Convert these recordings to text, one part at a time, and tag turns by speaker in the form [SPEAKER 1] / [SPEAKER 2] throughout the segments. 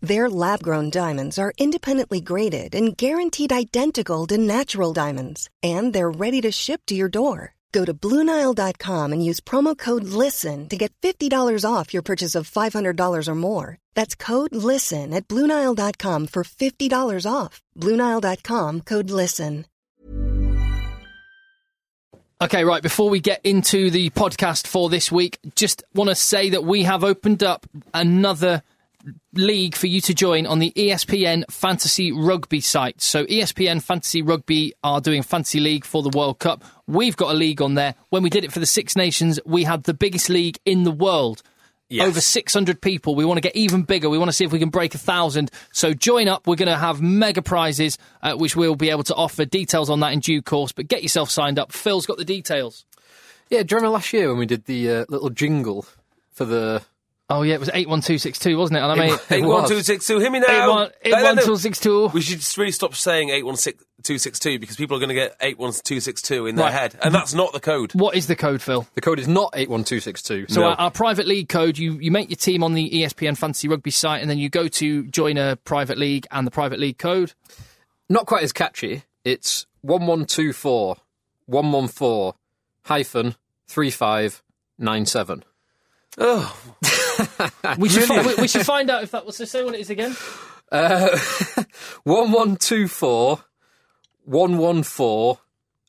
[SPEAKER 1] Their lab grown diamonds are independently graded and guaranteed identical to natural diamonds, and they're ready to ship to your door. Go to BlueNile.com and use promo code LISTEN to get $50 off your purchase of $500 or more. That's code LISTEN at BlueNile.com for $50 off. BlueNile.com code LISTEN.
[SPEAKER 2] Okay, right. Before we get into the podcast for this week, just want to say that we have opened up another league for you to join on the E ESPN Fantasy Rugby site. So E ESPN Fantasy Rugby are doing Fantasy League for the World Cup. We've got a league on there. When we did it for the Six Nations, we had the biggest league in the world.
[SPEAKER 3] Yes.
[SPEAKER 2] Over 600 people. We want to get even bigger. We want to see if we can break a thousand. So join up. We're going to have mega prizes, uh, which we'll be able to offer. Details on that in due course. But get yourself signed up. Phil's got the details.
[SPEAKER 4] Yeah, do you remember last year when we did the uh, little jingle for the
[SPEAKER 2] Oh yeah, it was eight one two six two, wasn't it? And I made
[SPEAKER 4] It
[SPEAKER 3] Eight one two six two. Hear me now.
[SPEAKER 2] Eight one- eight
[SPEAKER 3] No, no,
[SPEAKER 2] one
[SPEAKER 3] no.
[SPEAKER 2] two six two.
[SPEAKER 3] We should just really stop saying eight one six two six two because people are going to get eight one two six two in their
[SPEAKER 2] Right.
[SPEAKER 3] head, and that's not the code.
[SPEAKER 2] What is the code, Phil?
[SPEAKER 4] the code is not eight one two six two. uh,
[SPEAKER 2] So uh, our, our private league code, you, you make your team on the E ESPN Fantasy Rugby site, and then you go to join a private league, and the private league code.
[SPEAKER 4] not quite as catchy. It's one one two four one one four hyphen three five nine seven.
[SPEAKER 3] Oh,
[SPEAKER 2] We should fi- we, we should find out if that was. So say what it is again.
[SPEAKER 4] One one two four one one four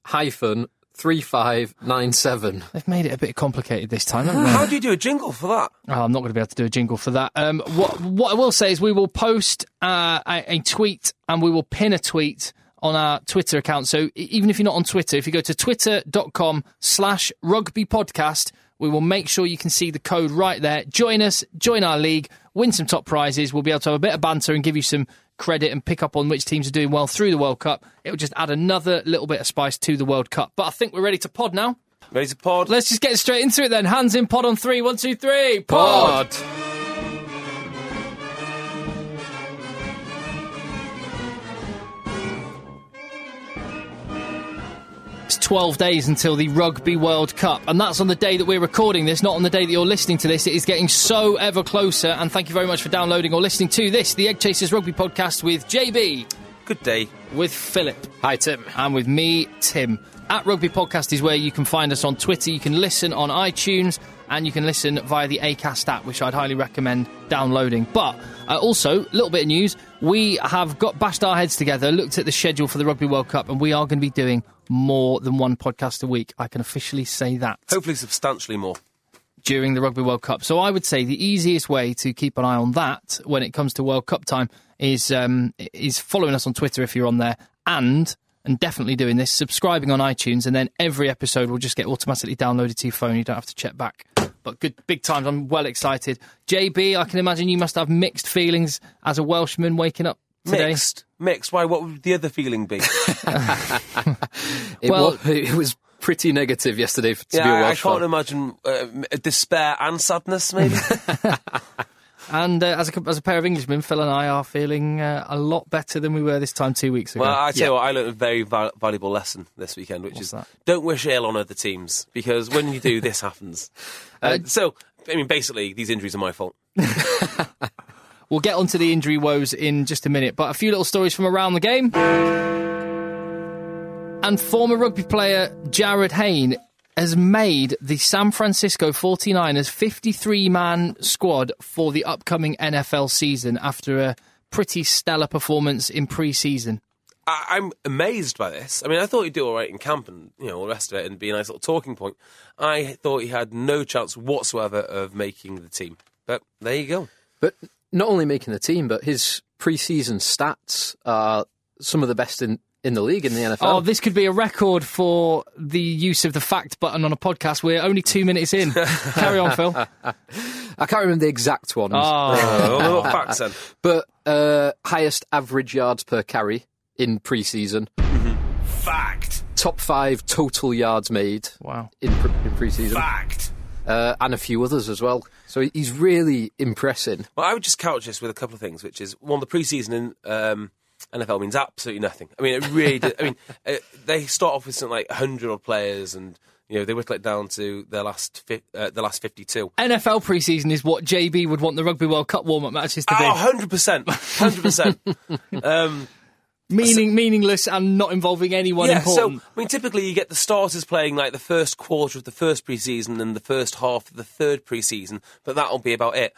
[SPEAKER 4] hyphen three five nine seven.
[SPEAKER 2] They've made it a bit complicated this time, haven't they?
[SPEAKER 3] how do you do a jingle for that?
[SPEAKER 2] Oh, I'm not going to be able to do a jingle for that. Um, what what I will say is we will post uh, a, a tweet and we will pin a tweet on our Twitter account. So e- even if you're not on Twitter, if you go to twitter.com slash rugby podcast, we will make sure you can see the code right there. Join us, join our league, win some top prizes. We'll be able to have a bit of banter and give you some credit and pick up on which teams are doing well through the World Cup. It'll just add another little bit of spice to the World Cup. But I think we're ready to pod now.
[SPEAKER 3] Ready to pod?
[SPEAKER 2] Let's just get straight into it then. Hands in pod on three. One, two, three. pod.
[SPEAKER 4] Pod.
[SPEAKER 2] It's 12 days until the Rugby World Cup, and that's on the day that we're recording this, not on the day that you're listening to this. It is getting so ever closer, and thank you very much for downloading or listening to this, the Egg Chasers Rugby Podcast with JB,
[SPEAKER 3] Good day.
[SPEAKER 2] with Philip,
[SPEAKER 4] Hi Tim.
[SPEAKER 2] and with me, Tim. At Rugby Podcast is where you can find us on Twitter, you can listen on iTunes, and you can listen via the ACAST app, which I'd highly recommend downloading. But uh, also, a little bit of news we have got bashed our heads together, looked at the schedule for the Rugby World Cup, and we are going to be doing more than one podcast a week. I can officially say that
[SPEAKER 3] Hopefully, substantially more.
[SPEAKER 2] during the Rugby World Cup. So I would say the easiest way to keep an eye on that when it comes to World Cup time is um, is following us on Twitter if you're on there, and and definitely doing this, subscribing on iTunes, and then every episode will just get automatically downloaded to your phone. You don't have to check back. But good, big times. I'm well excited. JB, I can imagine you must have mixed feelings as a Welshman waking up today.
[SPEAKER 3] Mixed, mixed. Why? What would the other feeling be?
[SPEAKER 4] It
[SPEAKER 2] Well-
[SPEAKER 4] was, it was pretty negative yesterday for, to
[SPEAKER 3] yeah,
[SPEAKER 4] be a
[SPEAKER 3] I- I,
[SPEAKER 4] Welsh
[SPEAKER 3] can't
[SPEAKER 4] fan.
[SPEAKER 3] imagine uh, m- despair and sadness. Maybe.
[SPEAKER 2] And uh, as, a, cou- as a pair of Englishmen, Phil and I are feeling uh, a lot better than we were this time two weeks ago.
[SPEAKER 3] Well, I tell you what, I learned a very val- valuable lesson this weekend, which is
[SPEAKER 2] that?
[SPEAKER 3] don't wish ill on other teams because when you do, this happens. Uh, so, I mean, basically, these injuries are my fault.
[SPEAKER 2] We'll get onto the injury woes in just a minute, but a few little stories from around the game. And former rugby player Jared Hayne has made the San Francisco 49ers 53 man squad for the upcoming NFL season after a pretty stellar performance in pre season.
[SPEAKER 3] I- I'm amazed by this. I mean, I thought he'd do all right in camp and you know all the rest of it, and be a nice little talking point. I thought he had no chance whatsoever of making the team, but there you go.
[SPEAKER 4] But not only making the team, but his preseason stats are some of the best in, in the league in the NFL.
[SPEAKER 2] Oh, this could be a record for the use of the fact button on a podcast. We're only two minutes in. Carry on, Phil.
[SPEAKER 4] I can't remember the exact ones,
[SPEAKER 2] Oh.
[SPEAKER 3] Oh, what facts then?
[SPEAKER 4] but uh, highest average yards per carry in preseason,
[SPEAKER 5] Fact.
[SPEAKER 4] Top five total yards made
[SPEAKER 2] Wow.
[SPEAKER 4] in, pre- in pre-season,
[SPEAKER 5] Fact.
[SPEAKER 4] uh, and a few others as well. So he- he's really impressing.
[SPEAKER 3] Well, I would just couch this with a couple of things, which is one, the preseason in um, NFL means absolutely nothing. I mean, it really. did, I mean, uh they start off with something like hundred odd players, and you know they whittle it down to their last fi- uh, the last fifty two.
[SPEAKER 2] NFL preseason is what JB would want the Rugby World Cup warm up matches to be.
[SPEAKER 3] Oh, 100%. 100%. um,
[SPEAKER 2] Meaning, meaningless and not involving anyone
[SPEAKER 3] yeah, so,
[SPEAKER 2] important.
[SPEAKER 3] I mean, typically you get the starters playing like the first quarter of the first preseason and the first half of the third preseason, but that'll be about it.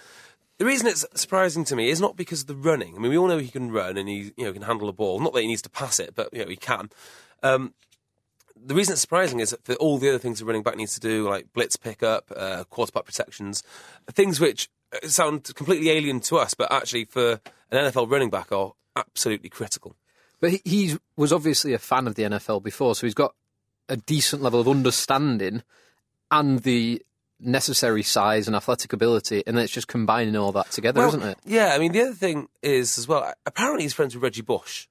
[SPEAKER 3] The reason it's surprising to me is not because of the running. I mean, we all know he can run and he you know, can handle a ball. Not that he needs to pass it, but you know, he can. Um, the reason it's surprising is that all the other things a running back needs to do, like blitz pickup, uh, quarterback protections, things which uh, sound completely alien to us, but actually for an NFL running back are absolutely critical.
[SPEAKER 4] But he, he was obviously a fan of the NFL before, so he's got a decent level of understanding and the necessary size and athletic ability, and then it's just combining all that together,
[SPEAKER 3] Well,
[SPEAKER 4] isn't it?
[SPEAKER 3] Yeah, I mean, the other thing is as well, apparently he's friends with Reggie Bush.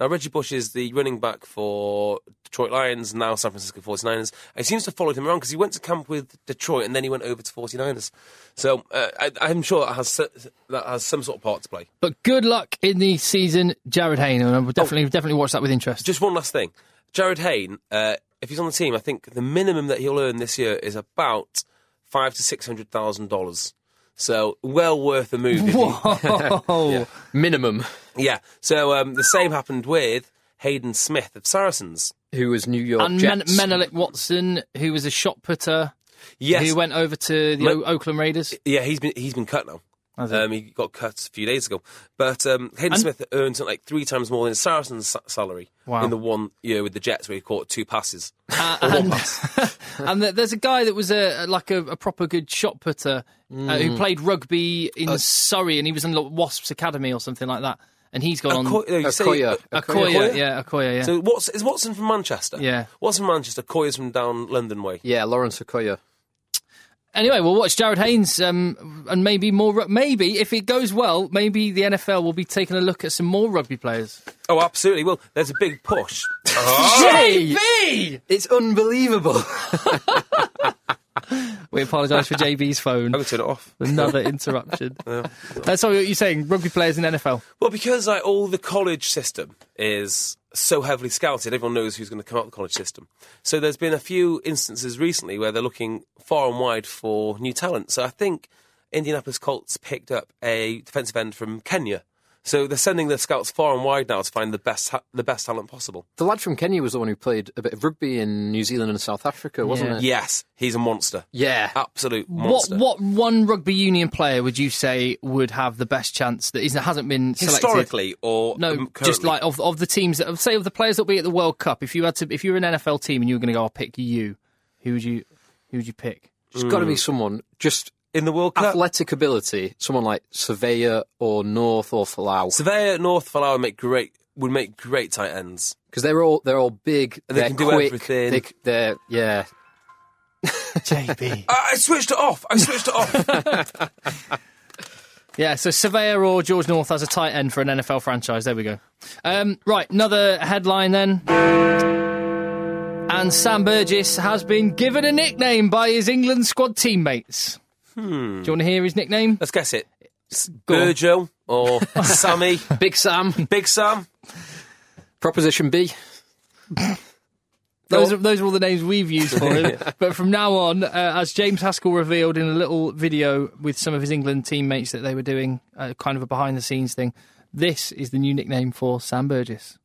[SPEAKER 3] Now, Reggie Bush is the running back for Detroit Lions, now San Francisco 49ers. And he seems to have followed him around because he went to camp with Detroit and then he went over to 49ers. So uh, I, I'm sure that has, that has some sort of part to play.
[SPEAKER 2] But good luck in the season, Jared Hayne, and I
[SPEAKER 3] Oh.
[SPEAKER 2] will definitely definitely watch that with interest.
[SPEAKER 3] Just one last thing. Jared Hayne, uh, if he's on the team, I think the minimum that he'll earn this year is about five to six hundred thousand dollars. So well worth a move. if he-
[SPEAKER 2] Whoa.
[SPEAKER 4] Minimum,
[SPEAKER 3] yeah. So um, the same happened with Hayden Smith of Saracens.
[SPEAKER 4] who was New York
[SPEAKER 2] And Men-
[SPEAKER 4] Jets.
[SPEAKER 2] Menelik Watson, who was a shot putter,
[SPEAKER 3] Yes.
[SPEAKER 2] who went over to the
[SPEAKER 3] Me-
[SPEAKER 2] o- Oakland Raiders.
[SPEAKER 3] yeah, he's been he's been cut now. Um, he got cut a few days ago. But um, Hayden
[SPEAKER 2] And-
[SPEAKER 3] Smith earned something like three times more than Saracens' sa- salary
[SPEAKER 2] Wow.
[SPEAKER 3] in the one year with the Jets where he caught two passes.
[SPEAKER 2] Uh,
[SPEAKER 3] Or one
[SPEAKER 2] and-
[SPEAKER 3] pass.
[SPEAKER 2] and th- there's a guy that was a like a, a proper good shot putter uh,
[SPEAKER 3] Mm.
[SPEAKER 2] who played rugby in
[SPEAKER 3] Uh,
[SPEAKER 2] Surrey, and he was in the Wasps Academy or something like that. And he's gone
[SPEAKER 3] Akoya,
[SPEAKER 2] on
[SPEAKER 3] you say-
[SPEAKER 4] Akoya.
[SPEAKER 2] Akoya,
[SPEAKER 3] Akoya?
[SPEAKER 2] yeah, Akoya, yeah.
[SPEAKER 3] So what's is Watson from Manchester?
[SPEAKER 2] Yeah.
[SPEAKER 3] Watson from Manchester. Coy's from down London way.
[SPEAKER 4] Yeah, Lawrence Okoye.
[SPEAKER 2] anyway, we'll watch Jared Haynes, um, and maybe more. ru- Maybe if it goes well, maybe the NFL will be taking a look at some more rugby players.
[SPEAKER 3] Oh, absolutely. Well, there's a big push. Oh!
[SPEAKER 2] JB,
[SPEAKER 4] It's unbelievable.
[SPEAKER 2] we apologise for JB's phone.
[SPEAKER 3] I'm gonna turn it off.
[SPEAKER 2] Another interruption. That's all you're saying. Rugby players in NFL.
[SPEAKER 3] Well, because like all the college system is so heavily scouted, everyone knows who's going to come out of the college system. So there's been a few instances recently where they're looking far and wide for new talent. So I think Indianapolis Colts picked up a defensive end from Kenya. So they're sending their scouts far and wide now to find the best ha- the best talent possible.
[SPEAKER 4] the lad from Kenya was the one who played a bit of rugby in New Zealand and South Africa, wasn't
[SPEAKER 2] Yeah.
[SPEAKER 4] it?
[SPEAKER 3] Yes, he's a monster.
[SPEAKER 4] Yeah.
[SPEAKER 3] Absolute monster.
[SPEAKER 2] What what one rugby union player would you say would have the best chance that isn't hasn't been selected?
[SPEAKER 3] Historically or
[SPEAKER 2] No,
[SPEAKER 3] um,
[SPEAKER 2] just
[SPEAKER 3] currently?
[SPEAKER 2] like of of the teams that say of the players that'll be at the World Cup. If you had to, if you were an NFL team and you were going to go, I'll pick you. Who would you who would you pick?
[SPEAKER 4] There's got to
[SPEAKER 3] Mm.
[SPEAKER 4] be someone just
[SPEAKER 3] in the World Cup.
[SPEAKER 4] athletic ability, someone like Surveyor or North or Falau,
[SPEAKER 3] Surveyor North Falawa make great would make great tight ends.
[SPEAKER 4] because they're all they're all big,
[SPEAKER 3] And they
[SPEAKER 4] are
[SPEAKER 3] can do
[SPEAKER 4] quick,
[SPEAKER 3] everything.
[SPEAKER 4] They, c- they're yeah.
[SPEAKER 2] JB.
[SPEAKER 3] Uh, I, I switched it off. I switched it off.
[SPEAKER 2] yeah, so Surveyor or George North as a tight end for an NFL franchise. There we go. Um, right, another headline then. And Sam Burgess has been given a nickname by his England squad teammates. Hmm. Do you want to hear his nickname?
[SPEAKER 3] Let's guess it.
[SPEAKER 2] Go on.
[SPEAKER 3] Virgil or Sammy,
[SPEAKER 4] Big Sam,
[SPEAKER 3] Big Sam.
[SPEAKER 4] Proposition B.
[SPEAKER 2] Those are, those are all the names we've used for him. but from now on, uh, as James Haskell revealed in a little video with some of his England teammates that they were doing, uh, kind of a behind the scenes thing, this is the new nickname for Sam Burgess.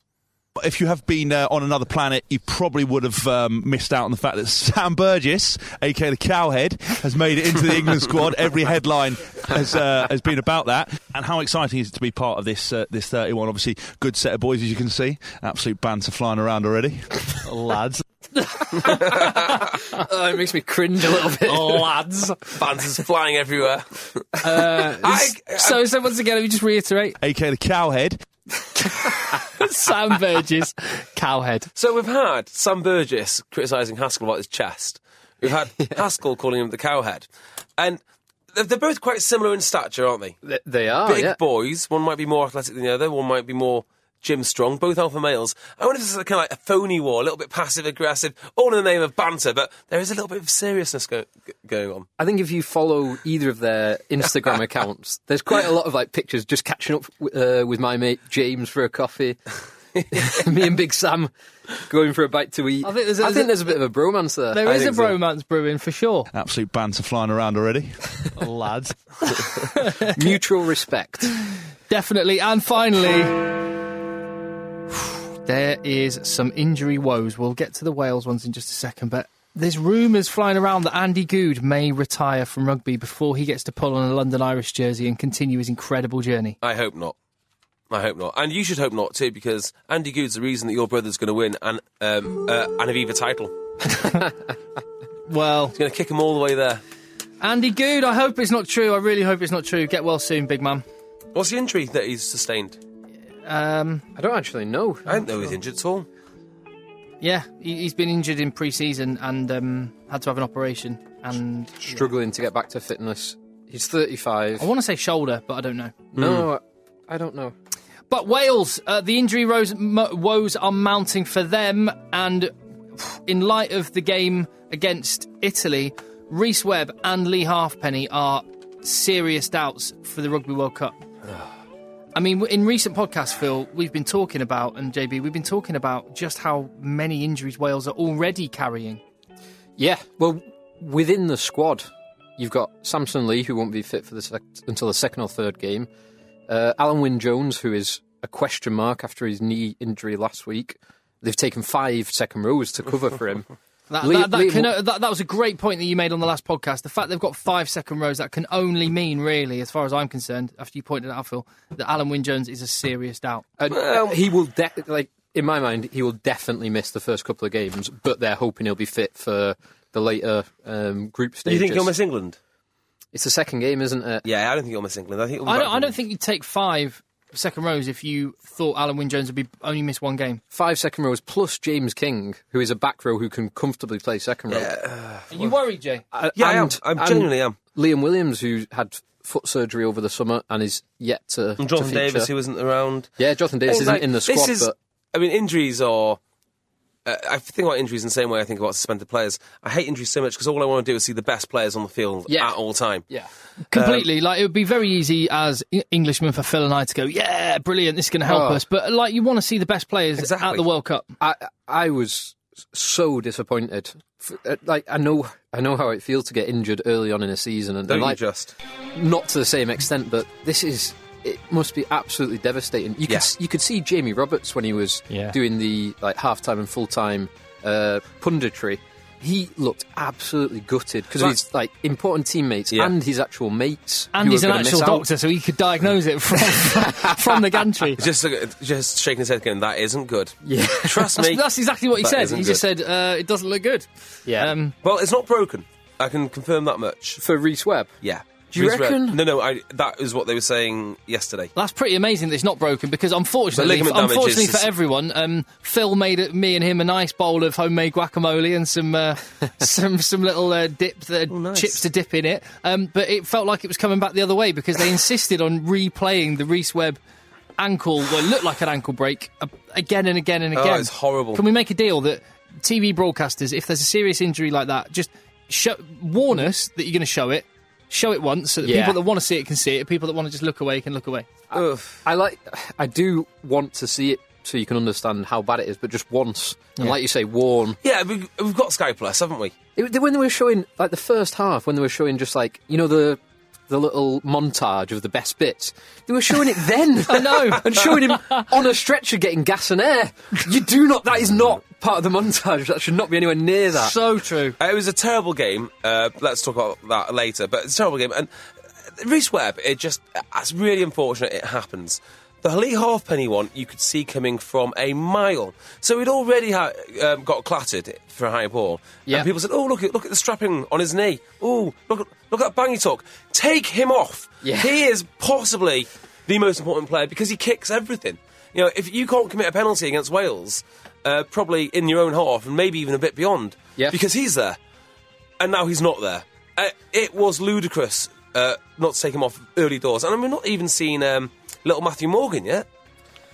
[SPEAKER 6] If you have been uh, on another planet, you probably would have um, missed out on the fact that Sam Burgess, aka the Cowhead, has made it into the England squad. Every headline has uh, has been about that. And how exciting is it to be part of this uh, this 31? Obviously, good set of boys as you can see. Absolute banter flying around already, lads.
[SPEAKER 4] Oh, it makes me cringe a little bit.
[SPEAKER 3] Oh,
[SPEAKER 2] Lads.
[SPEAKER 3] Fans is flying everywhere.
[SPEAKER 4] uh,
[SPEAKER 3] I- uh,
[SPEAKER 2] so, so once again, let me just reiterate
[SPEAKER 6] aka the Cowhead.
[SPEAKER 2] Sam Burgess, cowhead.
[SPEAKER 3] so we've had Sam Burgess criticising Haskell about his chest. We've had Haskell calling him the cowhead. And they're they're both quite similar in stature, aren't they?
[SPEAKER 4] They- They are.
[SPEAKER 3] Big
[SPEAKER 4] yeah.
[SPEAKER 3] boys. One might be more athletic than the other. One might be more Jim Strong, both alpha males. I wonder if this is a kind of like a phony war, a little bit passive aggressive, all in the name of banter, but there is a little bit of seriousness go- g- going on.
[SPEAKER 4] I think if you follow either of their Instagram accounts, there's quite a lot of like pictures just catching up w- uh, with my mate James for a coffee. Me and Big Sam going for a bite to eat. I think there's a, bit of a bromance there.
[SPEAKER 2] There
[SPEAKER 4] I
[SPEAKER 2] is a
[SPEAKER 4] think so.
[SPEAKER 2] bromance brewing for sure,
[SPEAKER 6] Absolute banter flying around already.
[SPEAKER 2] lads.
[SPEAKER 4] Mutual respect.
[SPEAKER 2] Definitely. And finally, there is some injury woes. We'll get to the Wales ones in just a second, but there's rumours flying around that Andy Good may retire from rugby before he gets to pull on a London Irish jersey and continue his incredible journey.
[SPEAKER 3] I hope not. I hope not. And you should hope not too, because Andy Good's the reason that your brother's going to win an, um, uh, an Aviva title. He's
[SPEAKER 2] Well,
[SPEAKER 3] going to kick him all the way there.
[SPEAKER 2] Andy Good, I hope it's not true. I really hope it's not true. Get well soon, big man.
[SPEAKER 3] What's the injury that he's sustained?
[SPEAKER 2] Um,
[SPEAKER 4] I don't actually know.
[SPEAKER 3] I don't know he's injured at all.
[SPEAKER 2] yeah, he, he's been injured in pre-season and um, had to have an operation. And
[SPEAKER 4] Struggling to get back to fitness. He's
[SPEAKER 2] I
[SPEAKER 4] 35.
[SPEAKER 2] want to say shoulder, but I don't know.
[SPEAKER 4] No, I I don't know.
[SPEAKER 2] But Wales, uh, the injury woes, m- woes are mounting for them, and in light of the game against Italy, Reese Webb and Lee Halfpenny are serious doubts for the Rugby World Cup. I mean, in recent podcasts, Phil, we've been talking about, and JB, we've been talking about just how many injuries Wales are already carrying.
[SPEAKER 4] Yeah, well, within the squad, you've got Samson Lee, who won't be fit for the sec- until the second or third game. Uh, Alan Wynne Jones, who is a question mark after his knee injury last week. They've taken five second rows to cover for him.
[SPEAKER 2] Uh, That,
[SPEAKER 4] Lee-
[SPEAKER 2] that, that,
[SPEAKER 4] Lee-
[SPEAKER 2] can, that, that was a great point that you made on the last podcast. The fact they've got five second rows, that can only mean, really, as far as I'm concerned, after you pointed it out, Phil, that Alan Wynne Jones is a serious doubt.
[SPEAKER 4] And Uh, he will de- like in my mind, he will definitely miss the first couple of games, but they're hoping he'll be fit for the later um, group
[SPEAKER 3] Do
[SPEAKER 4] stages.
[SPEAKER 3] you think he'll miss England?
[SPEAKER 4] It's the second game, isn't it?
[SPEAKER 3] Yeah, I don't think he'll miss England. I think he'll be
[SPEAKER 2] I
[SPEAKER 3] back
[SPEAKER 2] don't,
[SPEAKER 3] for
[SPEAKER 2] I don't think you'd take five second rows if you thought Alan Wynne Jones would be only miss one game.
[SPEAKER 4] Five second rows plus James King, who is a back row who can comfortably play second row.
[SPEAKER 2] Are you worried, Jay?
[SPEAKER 4] Uh,
[SPEAKER 3] Yeah, I am.
[SPEAKER 4] and-
[SPEAKER 3] I
[SPEAKER 4] and
[SPEAKER 3] genuinely am.
[SPEAKER 4] Liam Williams, who had foot surgery over the summer and is yet to.
[SPEAKER 3] And
[SPEAKER 4] to
[SPEAKER 3] Jonathan
[SPEAKER 4] feature.
[SPEAKER 3] Davis, who isn't around.
[SPEAKER 4] Yeah, Jonathan Davis
[SPEAKER 3] Things
[SPEAKER 4] isn't
[SPEAKER 3] like-
[SPEAKER 4] in the
[SPEAKER 3] this
[SPEAKER 4] squad,
[SPEAKER 3] is-
[SPEAKER 4] but
[SPEAKER 3] I mean, injuries are. Uh, I think about injuries in the same way I think about suspended players. I hate injuries so much because all I want to do is see the best players on the field
[SPEAKER 4] Yeah.
[SPEAKER 3] at all time.
[SPEAKER 4] yeah,
[SPEAKER 2] Completely. like it would be very easy as E- Englishmen for Phil and I to go, yeah, brilliant, this is going to help
[SPEAKER 4] Oh.
[SPEAKER 2] us. But like, you want to see the best players at
[SPEAKER 3] Exactly.
[SPEAKER 2] the World Cup.
[SPEAKER 4] I I was so disappointed. F- uh, Like I know I know how it feels to get injured early on in a season, and,
[SPEAKER 3] Don't
[SPEAKER 4] and, like
[SPEAKER 3] you just?
[SPEAKER 4] not to the same extent, but this is it must be absolutely devastating. You could
[SPEAKER 3] Yeah.
[SPEAKER 4] s- you could see Jamie Roberts when he was
[SPEAKER 2] Yeah.
[SPEAKER 4] doing the like halftime and full time uh, punditry. He looked absolutely gutted because of
[SPEAKER 3] That-
[SPEAKER 4] his like important teammates
[SPEAKER 3] Yeah.
[SPEAKER 4] and his actual mates.
[SPEAKER 2] And
[SPEAKER 4] who
[SPEAKER 2] he's
[SPEAKER 4] were
[SPEAKER 2] an
[SPEAKER 4] gonna
[SPEAKER 2] actual
[SPEAKER 4] miss out.
[SPEAKER 2] doctor, so he could diagnose it from, from the gantry.
[SPEAKER 3] Just, look at- just shaking his head, going, "That isn't good." Yeah, trust
[SPEAKER 2] That's,
[SPEAKER 3] me.
[SPEAKER 2] that's exactly what he
[SPEAKER 3] That
[SPEAKER 2] said.
[SPEAKER 3] isn't
[SPEAKER 2] He just said, uh, it doesn't look good.
[SPEAKER 4] Yeah.
[SPEAKER 2] Um,
[SPEAKER 3] well, it's not broken. I can confirm that much.
[SPEAKER 4] For Reese Webb,
[SPEAKER 3] Yeah.
[SPEAKER 4] Do you
[SPEAKER 3] Who's red?
[SPEAKER 4] reckon?
[SPEAKER 3] No, no. I, that is what they were saying yesterday.
[SPEAKER 2] That's pretty amazing that it's not broken because unfortunately,
[SPEAKER 3] ligament damage
[SPEAKER 2] unfortunately
[SPEAKER 3] is-
[SPEAKER 2] for everyone, um, Phil made it- me and him a nice bowl of homemade guacamole and some uh, some some little uh, dip, uh,
[SPEAKER 3] Oh,
[SPEAKER 2] chips to dip in it. Um, but it felt like it was coming back the other way because they insisted on replaying the Reese Webb ankle, well, it looked like an ankle break uh, again and again and
[SPEAKER 3] Oh,
[SPEAKER 2] again.
[SPEAKER 3] it's horrible.
[SPEAKER 2] Can we make a deal that TV broadcasters, if there's a serious injury like that, just show, warn us that you're going to show it. Show it once so that
[SPEAKER 4] Yeah.
[SPEAKER 2] people that want to see it can see it. People that want to just look away can look away.
[SPEAKER 3] Ugh.
[SPEAKER 4] I like. I do want to see it so you can understand how bad it is, but just once. And
[SPEAKER 2] Yeah.
[SPEAKER 4] like you say, warn.
[SPEAKER 3] Yeah, we, we've got Sky Plus, haven't we?
[SPEAKER 4] It, when they were showing like the first half, when they were showing just like you know the the little montage of the best bits, they were showing it then. I know, and showing him on a stretcher getting gas and air. You do not. That is not part of the montage. That should not be anywhere near that.
[SPEAKER 2] So true.
[SPEAKER 3] Uh, It was a terrible game. Uh, let's talk about that later. But it's a terrible game. And Reese Webb, it just, it's really unfortunate it happens. The Lee Halfpenny one, you could see coming from a mile. So he'd already ha- um, got clattered for a high ball.
[SPEAKER 4] Yeah.
[SPEAKER 3] And people said, oh, look, at- look at the strapping on his knee. Oh, look, at- look at that bang he took. Take him off.
[SPEAKER 4] Yeah.
[SPEAKER 3] He is possibly the most important player because he kicks everything. You know, if you can't commit a penalty against Wales, uh, probably in your own half and maybe even a bit beyond,
[SPEAKER 4] Yeah.
[SPEAKER 3] because he's there and now he's not there. Uh, it was ludicrous uh, not to take him off early doors, and I mean, we've not even seen um, little Matthew Morgan yet.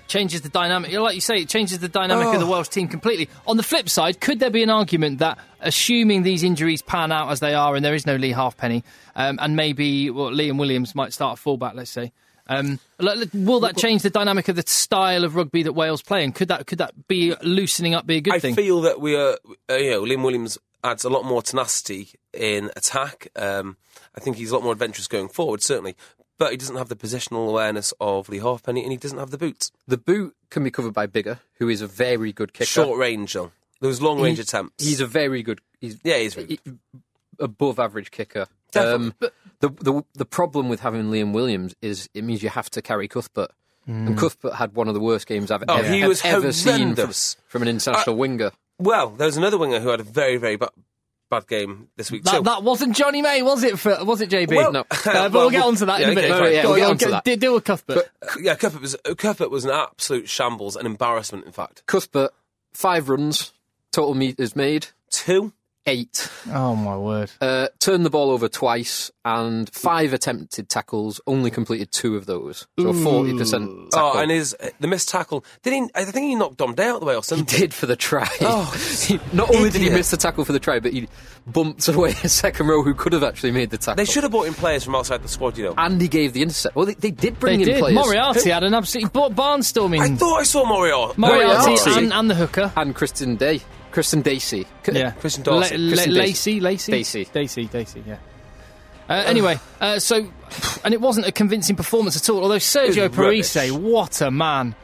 [SPEAKER 2] changes the dynamic. Like you say, it changes the dynamic of the Welsh team completely. On the flip side, could there be an argument that, assuming these injuries pan out as they are, and there is no Lee Halfpenny, um, and maybe well, Liam Williams might start at fullback, let's say. Um, l- l- will that change the dynamic of the style of rugby that Wales play, and could that could that be loosening up be a good
[SPEAKER 3] I
[SPEAKER 2] thing?
[SPEAKER 3] feel that we are, uh, you know, Liam Williams adds a lot more tenacity in attack. Um, I think he's a lot more adventurous going forward, certainly. But he doesn't have the positional awareness of Lee Halfpenny, and he doesn't have the boots.
[SPEAKER 4] The boot can be covered by Bigger, who is a very good kicker.
[SPEAKER 3] Short range, John. Those long range
[SPEAKER 4] He-
[SPEAKER 3] attempts.
[SPEAKER 4] He's a very good. He's
[SPEAKER 3] yeah, he's rude.
[SPEAKER 4] above average kicker.
[SPEAKER 3] Definitely.
[SPEAKER 4] Um, the, the the problem with having Liam Williams is it means you have to carry Cuthbert.
[SPEAKER 2] Hmm.
[SPEAKER 4] And Cuthbert had one of the worst games I've
[SPEAKER 3] Oh,
[SPEAKER 4] ever,
[SPEAKER 3] he was
[SPEAKER 4] ever seen from,
[SPEAKER 3] horrendous. Uh,
[SPEAKER 4] from an international winger.
[SPEAKER 3] Well, there's another winger who had a very, very ba- bad game this week.
[SPEAKER 2] That,
[SPEAKER 3] too.
[SPEAKER 2] that wasn't Johnny May, was it? For, was it JB?
[SPEAKER 4] Well, No.
[SPEAKER 2] Uh, but we'll,
[SPEAKER 3] well,
[SPEAKER 2] get onto that
[SPEAKER 3] yeah,
[SPEAKER 2] in a
[SPEAKER 3] okay,
[SPEAKER 2] minute.
[SPEAKER 3] fine.
[SPEAKER 4] Yeah,
[SPEAKER 2] Go
[SPEAKER 4] we'll
[SPEAKER 2] on,
[SPEAKER 4] get
[SPEAKER 2] go-
[SPEAKER 4] onto
[SPEAKER 2] go-
[SPEAKER 4] that.
[SPEAKER 2] de- Deal with Cuthbert.
[SPEAKER 3] yeah, Cuthbert was Cuthbert was an absolute shambles, an embarrassment, in fact.
[SPEAKER 4] Cuthbert, five runs, total meters made,
[SPEAKER 3] Two.
[SPEAKER 4] eight.
[SPEAKER 2] oh my word!
[SPEAKER 4] Uh, turned the ball over twice and five attempted tackles, only completed two of those. So a 40% tackle.
[SPEAKER 3] Oh, and his the missed tackle. Did he? I think he knocked Dom Day out the way or
[SPEAKER 4] He
[SPEAKER 3] something.
[SPEAKER 4] did for the try.
[SPEAKER 3] Oh,
[SPEAKER 4] He- not only did he
[SPEAKER 3] idiot.
[SPEAKER 4] miss the tackle for the try, but he bumped away a second row who could have actually made the tackle.
[SPEAKER 3] They should have brought in players from outside the squad, you know.
[SPEAKER 4] And he gave the intercept. Well, they, they did
[SPEAKER 2] They
[SPEAKER 4] bring in
[SPEAKER 2] did.
[SPEAKER 4] players.
[SPEAKER 2] Moriarty had an absolute bar- barnstorming.
[SPEAKER 3] I thought I saw Morial.
[SPEAKER 2] Moriarty,
[SPEAKER 4] Moriarty.
[SPEAKER 2] And, and the hooker.
[SPEAKER 4] And Kristen Day. Kristen Dacey. C-
[SPEAKER 2] Yeah,
[SPEAKER 3] Christian Darcy.
[SPEAKER 2] La-
[SPEAKER 4] Christian
[SPEAKER 2] La-
[SPEAKER 4] Dacey.
[SPEAKER 2] Lacey, Lacey,
[SPEAKER 4] Dacey.
[SPEAKER 2] Dacey, Dacey, Yeah. Uh, anyway, uh, so and it wasn't a convincing performance at all. Although Sergio
[SPEAKER 3] It was rubbish.
[SPEAKER 2] Parise, what a man!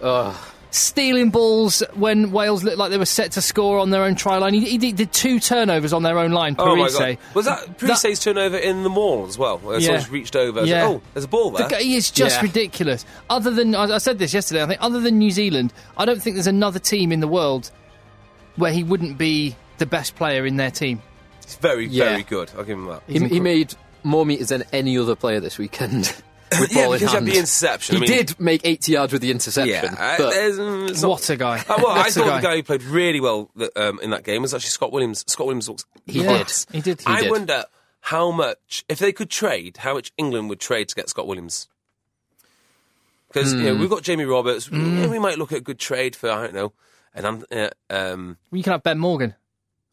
[SPEAKER 2] Stealing balls when Wales looked like they were set to score on their own try line. He, he did- did two turnovers on their own line.
[SPEAKER 3] Oh my
[SPEAKER 2] Parise.
[SPEAKER 3] god! Was that Prise's turnover in the mall as well? Where
[SPEAKER 2] Yeah.
[SPEAKER 3] someone just reached over.
[SPEAKER 2] Yeah.
[SPEAKER 3] Yeah. oh, there's a ball
[SPEAKER 2] The
[SPEAKER 3] there.
[SPEAKER 2] guy- he is just
[SPEAKER 4] Yeah.
[SPEAKER 2] ridiculous. Other than I I said this yesterday, I think other than New Zealand, I don't think there's another team in the world where he wouldn't be the best player in their team.
[SPEAKER 3] It's very,
[SPEAKER 4] Yeah.
[SPEAKER 3] very good. I'll give him that.
[SPEAKER 4] He, he made more meters than any other player this weekend. with
[SPEAKER 3] Yeah,
[SPEAKER 4] ball
[SPEAKER 3] because
[SPEAKER 4] in
[SPEAKER 3] he had
[SPEAKER 4] hand.
[SPEAKER 3] the interception.
[SPEAKER 4] He
[SPEAKER 3] I mean-
[SPEAKER 4] did make 80 yards with the interception.
[SPEAKER 3] Yeah, I-
[SPEAKER 4] but
[SPEAKER 3] there's, mm, it's not-
[SPEAKER 2] What a guy!
[SPEAKER 3] Uh, well, I
[SPEAKER 2] What a
[SPEAKER 3] thought the guy who played really well th- um, in that game was actually Scott Williams. Scott Williams looks.
[SPEAKER 4] He
[SPEAKER 3] class.
[SPEAKER 2] did. He did. He
[SPEAKER 3] I
[SPEAKER 4] did.
[SPEAKER 3] wonder how much, if they could trade, how much England would trade to get Scott Williams. Because
[SPEAKER 2] Hmm.
[SPEAKER 3] you know, we've got Jamie Roberts. We- yeah, we might look at a good trade for I don't know, and I'm, uh, um,
[SPEAKER 2] You can have Ben Morgan.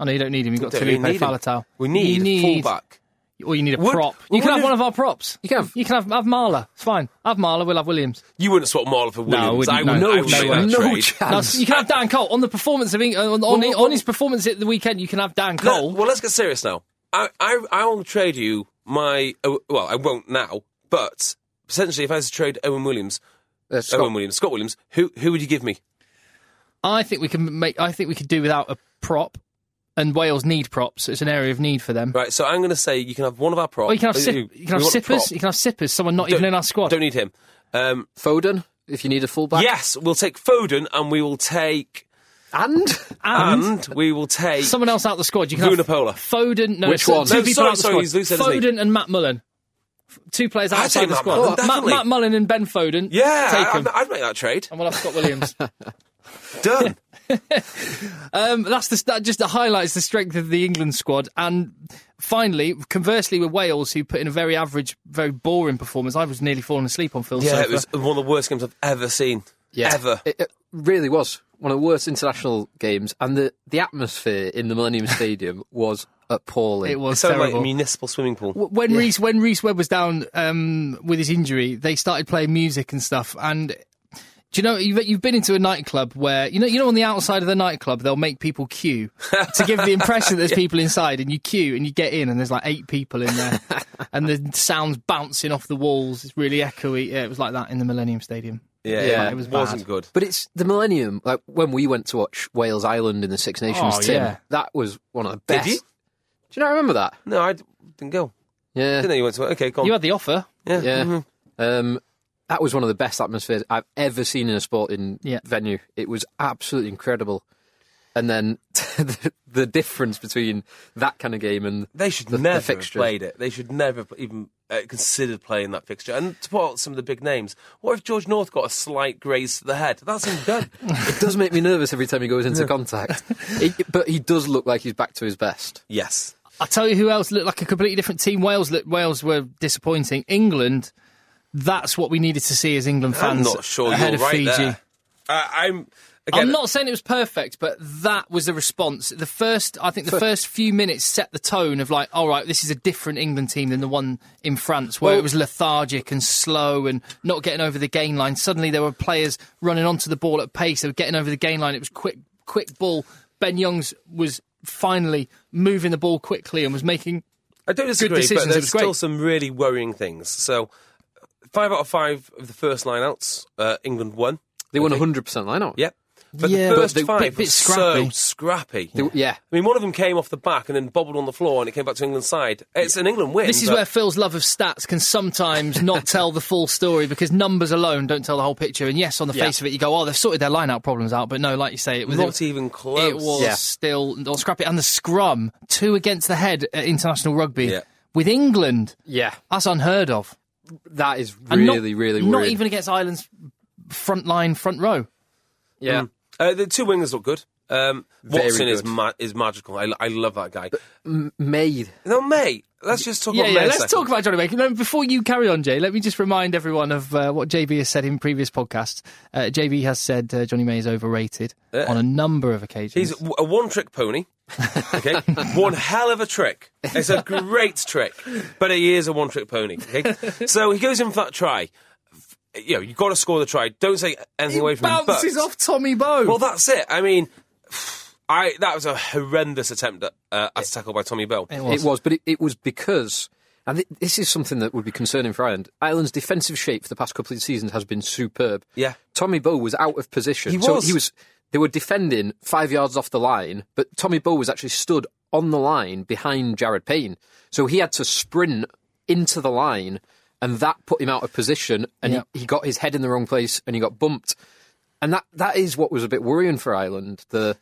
[SPEAKER 2] I know you don't need him. You've got
[SPEAKER 3] don't really
[SPEAKER 2] Felipe
[SPEAKER 3] need him.
[SPEAKER 2] Faletau.
[SPEAKER 3] we need,
[SPEAKER 2] you
[SPEAKER 3] a fullback.
[SPEAKER 2] Or you need a
[SPEAKER 3] Would-
[SPEAKER 2] prop.
[SPEAKER 3] well,
[SPEAKER 2] You can
[SPEAKER 3] would
[SPEAKER 2] have
[SPEAKER 3] it-
[SPEAKER 2] one of our props.
[SPEAKER 4] You can have-
[SPEAKER 2] You can have, have Marla. It's fine. Have Marla. We'll have Williams.
[SPEAKER 3] You wouldn't swap Marla for
[SPEAKER 2] I
[SPEAKER 3] Williams.
[SPEAKER 2] wouldn't,
[SPEAKER 3] would-
[SPEAKER 2] no.
[SPEAKER 3] I
[SPEAKER 4] no,
[SPEAKER 3] would make
[SPEAKER 4] no,
[SPEAKER 3] that trade.
[SPEAKER 2] No,
[SPEAKER 4] chance.
[SPEAKER 2] you can have Dan Cole on the performance of Eng- on, on,
[SPEAKER 3] Well,
[SPEAKER 2] on his performance at the weekend. You can have Dan
[SPEAKER 3] No,
[SPEAKER 2] Cole.
[SPEAKER 3] well, let's get serious now. I, I, I will trade you my. oh, Well, I won't now, but potentially, if I was to trade Owen Williams,
[SPEAKER 4] Uh, Scott-
[SPEAKER 3] Owen Williams, Scott Williams, who who would you give me?
[SPEAKER 2] I think we can make. I think we could do without a prop. And Wales need props. It's an area of need for them.
[SPEAKER 3] Right, Uh, so I'm going to say you can have one of our props. Oh,
[SPEAKER 2] Or Oh, you can have sip, you can have sippers. You can have sippers. Someone not even in our squad.
[SPEAKER 3] Don't need him. Um,
[SPEAKER 4] Foden, if you need a fullback.
[SPEAKER 3] yes, we'll take Foden, and we will take
[SPEAKER 4] And?
[SPEAKER 2] And?
[SPEAKER 3] and we will take
[SPEAKER 2] Someone else out the squad. You can have
[SPEAKER 3] Vunipola.
[SPEAKER 2] Foden. No,
[SPEAKER 4] Which
[SPEAKER 2] two
[SPEAKER 4] one?
[SPEAKER 2] Two
[SPEAKER 4] No,
[SPEAKER 2] people
[SPEAKER 3] sorry,
[SPEAKER 2] out the
[SPEAKER 3] sorry,
[SPEAKER 2] squad.
[SPEAKER 3] he's loose, isn't he?
[SPEAKER 2] Foden and Matt Mullen. F- Two players
[SPEAKER 3] I'd
[SPEAKER 2] outside
[SPEAKER 3] take
[SPEAKER 2] the
[SPEAKER 3] Matt
[SPEAKER 2] squad.
[SPEAKER 3] Mullen,
[SPEAKER 2] Matt,
[SPEAKER 3] definitely.
[SPEAKER 2] Matt Mullen and Ben Foden.
[SPEAKER 3] yeah,
[SPEAKER 2] take
[SPEAKER 3] I,
[SPEAKER 2] them.
[SPEAKER 3] I'd- I'd make that trade.
[SPEAKER 2] and we'll have Scott Williams.
[SPEAKER 3] Done.
[SPEAKER 2] um, that's the, that just highlights the strength of the England squad. And finally, conversely, with Wales, who put in a very average, very boring performance. I was nearly falling asleep on Phil's
[SPEAKER 3] yeah,
[SPEAKER 2] sofa.
[SPEAKER 3] it was one of the worst games I've ever seen. Ever.
[SPEAKER 4] It, it really was one of the worst international games, and the, the atmosphere in the Millennium Stadium was appalling.
[SPEAKER 2] It was
[SPEAKER 3] It sounded like
[SPEAKER 2] terrible.
[SPEAKER 3] a municipal swimming pool.
[SPEAKER 2] W- when Reese when Reese Webb was down um, with his injury, they started playing music and stuff. And do you know you've, you've been into a nightclub where you know you know on the outside of the nightclub they'll make people queue to give the impression there's people inside, and you queue and you get in and there's like eight people in there, and the sounds bouncing off the walls. It's really echoey. Yeah, it was like that in the Millennium Stadium.
[SPEAKER 3] Yeah,
[SPEAKER 4] Yeah,
[SPEAKER 3] it
[SPEAKER 4] it
[SPEAKER 2] was
[SPEAKER 3] wasn't
[SPEAKER 2] bad.
[SPEAKER 3] good.
[SPEAKER 4] But it's the Millennium. Like when we went to watch Wales Island in the Six Nations,
[SPEAKER 2] Oh,
[SPEAKER 4] Tim,
[SPEAKER 2] yeah.
[SPEAKER 4] that was one of the
[SPEAKER 3] Did
[SPEAKER 4] best.
[SPEAKER 3] you?
[SPEAKER 4] Do you not remember that?
[SPEAKER 3] No, I d- didn't go.
[SPEAKER 4] Yeah,
[SPEAKER 3] Didn't know you went to it. Okay, go on.
[SPEAKER 2] You had the offer.
[SPEAKER 3] yeah.
[SPEAKER 4] yeah.
[SPEAKER 3] mhm.
[SPEAKER 4] Um, that was one of the best atmospheres I've ever seen in a sporting
[SPEAKER 2] Yeah.
[SPEAKER 4] venue. It was absolutely incredible. And then the, the difference between that kind of game and
[SPEAKER 3] They should
[SPEAKER 4] the, the
[SPEAKER 3] never have
[SPEAKER 4] fixtures.
[SPEAKER 3] played it. They should never have even uh, considered playing that fixture. And to put out some of the big names, what if George North got a slight graze to the head? That's him done.
[SPEAKER 4] It does make me nervous every time he goes into contact. He- but he does look like he's back to his best.
[SPEAKER 3] yes.
[SPEAKER 2] I tell you who else looked like a completely different team. Wales looked, Wales were disappointing. England, that's what we needed to see as England
[SPEAKER 3] I'm
[SPEAKER 2] fans.
[SPEAKER 3] not sure
[SPEAKER 2] ahead
[SPEAKER 3] you're
[SPEAKER 2] of
[SPEAKER 3] right
[SPEAKER 2] Fiji.
[SPEAKER 3] there. Uh, I'm. Again,
[SPEAKER 2] I'm not saying it was perfect, but that was the response. The first, I think, the first few minutes set the tone of like, all right, this is a different England team than the one in France, where
[SPEAKER 4] Well-
[SPEAKER 2] it was lethargic and slow and not getting over the gain line. Suddenly, there were players running onto the ball at pace. They were getting over the gain line. It was quick, quick ball. Ben Youngs was finally moving the ball quickly and was making.
[SPEAKER 3] I don't disagree,
[SPEAKER 2] decisions.
[SPEAKER 3] but
[SPEAKER 2] It
[SPEAKER 3] there's
[SPEAKER 2] was
[SPEAKER 3] still
[SPEAKER 2] great.
[SPEAKER 3] some really worrying things. So, five out of five of the first lineouts, uh, England won.
[SPEAKER 4] They won 100% line out.
[SPEAKER 3] Yep. But
[SPEAKER 2] Yeah,
[SPEAKER 3] the
[SPEAKER 2] but
[SPEAKER 3] first
[SPEAKER 2] they-
[SPEAKER 3] five
[SPEAKER 2] bit- bit
[SPEAKER 3] were so
[SPEAKER 2] scrappy.
[SPEAKER 3] scrappy.
[SPEAKER 4] They- yeah.
[SPEAKER 3] I mean, one of them came off the back and then bobbled on the floor, and it came back to England's side. It's an England win.
[SPEAKER 2] This is
[SPEAKER 4] uh,
[SPEAKER 3] but-
[SPEAKER 2] where Phil's love of stats can sometimes not tell the full story because numbers alone don't tell the whole picture. And yes, on the
[SPEAKER 4] Yeah.
[SPEAKER 2] face of it, you go, "Oh, they've sorted their line-out problems out," but no, like you say, it was
[SPEAKER 3] Not even close.
[SPEAKER 2] It was
[SPEAKER 4] Yeah.
[SPEAKER 2] still not scrappy, and the scrum two against the head at international rugby
[SPEAKER 3] Yeah.
[SPEAKER 2] with England.
[SPEAKER 4] Yeah.
[SPEAKER 2] That's unheard of.
[SPEAKER 4] That is
[SPEAKER 2] And
[SPEAKER 4] really,
[SPEAKER 2] not-
[SPEAKER 4] really
[SPEAKER 2] not
[SPEAKER 4] worrying.
[SPEAKER 2] even against Ireland's front line, front row.
[SPEAKER 4] Yeah.
[SPEAKER 3] Uh, the two wingers look good. Um,
[SPEAKER 4] Very
[SPEAKER 3] Watson is
[SPEAKER 4] good.
[SPEAKER 3] ma- is magical. I, I love that guy.
[SPEAKER 4] Made.
[SPEAKER 3] No, mate. Let's just talk
[SPEAKER 2] Yeah,
[SPEAKER 3] about
[SPEAKER 2] yeah.
[SPEAKER 3] May a
[SPEAKER 2] Let's
[SPEAKER 3] second.
[SPEAKER 2] talk about Johnny Baker. No, before you carry on, Jay, let me just remind everyone of uh, what JB has said in previous podcasts. Uh, JB has said uh, Johnny May is overrated on a number of occasions.
[SPEAKER 3] Uh, He's w- a one-trick pony. Okay, one hell of a trick. It's a great trick, but he is a one-trick pony. Okay, so he goes in for that try. F- You know, you've got to score the try. Don't say anything away from him. but-
[SPEAKER 2] bounces off Tommy Bow.
[SPEAKER 3] Well, that's it. I mean, I that was a horrendous attempt at, uh,
[SPEAKER 2] Eh.
[SPEAKER 3] at tackle by Tommy Bell.
[SPEAKER 4] It was, but it, it was because, and thi- this is something that would be concerning for Ireland. Ireland's defensive shape for the past couple of seasons has been superb.
[SPEAKER 3] Yeah.
[SPEAKER 4] Tommy Bow was out of position.
[SPEAKER 3] He
[SPEAKER 4] So
[SPEAKER 3] was.
[SPEAKER 4] he was. They were defending five yards off the line, but Tommy Bow was actually stood on the line behind Jared Payne. So he had to sprint into the line, and that put him out of position, and
[SPEAKER 2] Yeah.
[SPEAKER 4] he, he got his head in the wrong place, and he got bumped. And that, that is what was a bit worrying for Ireland. The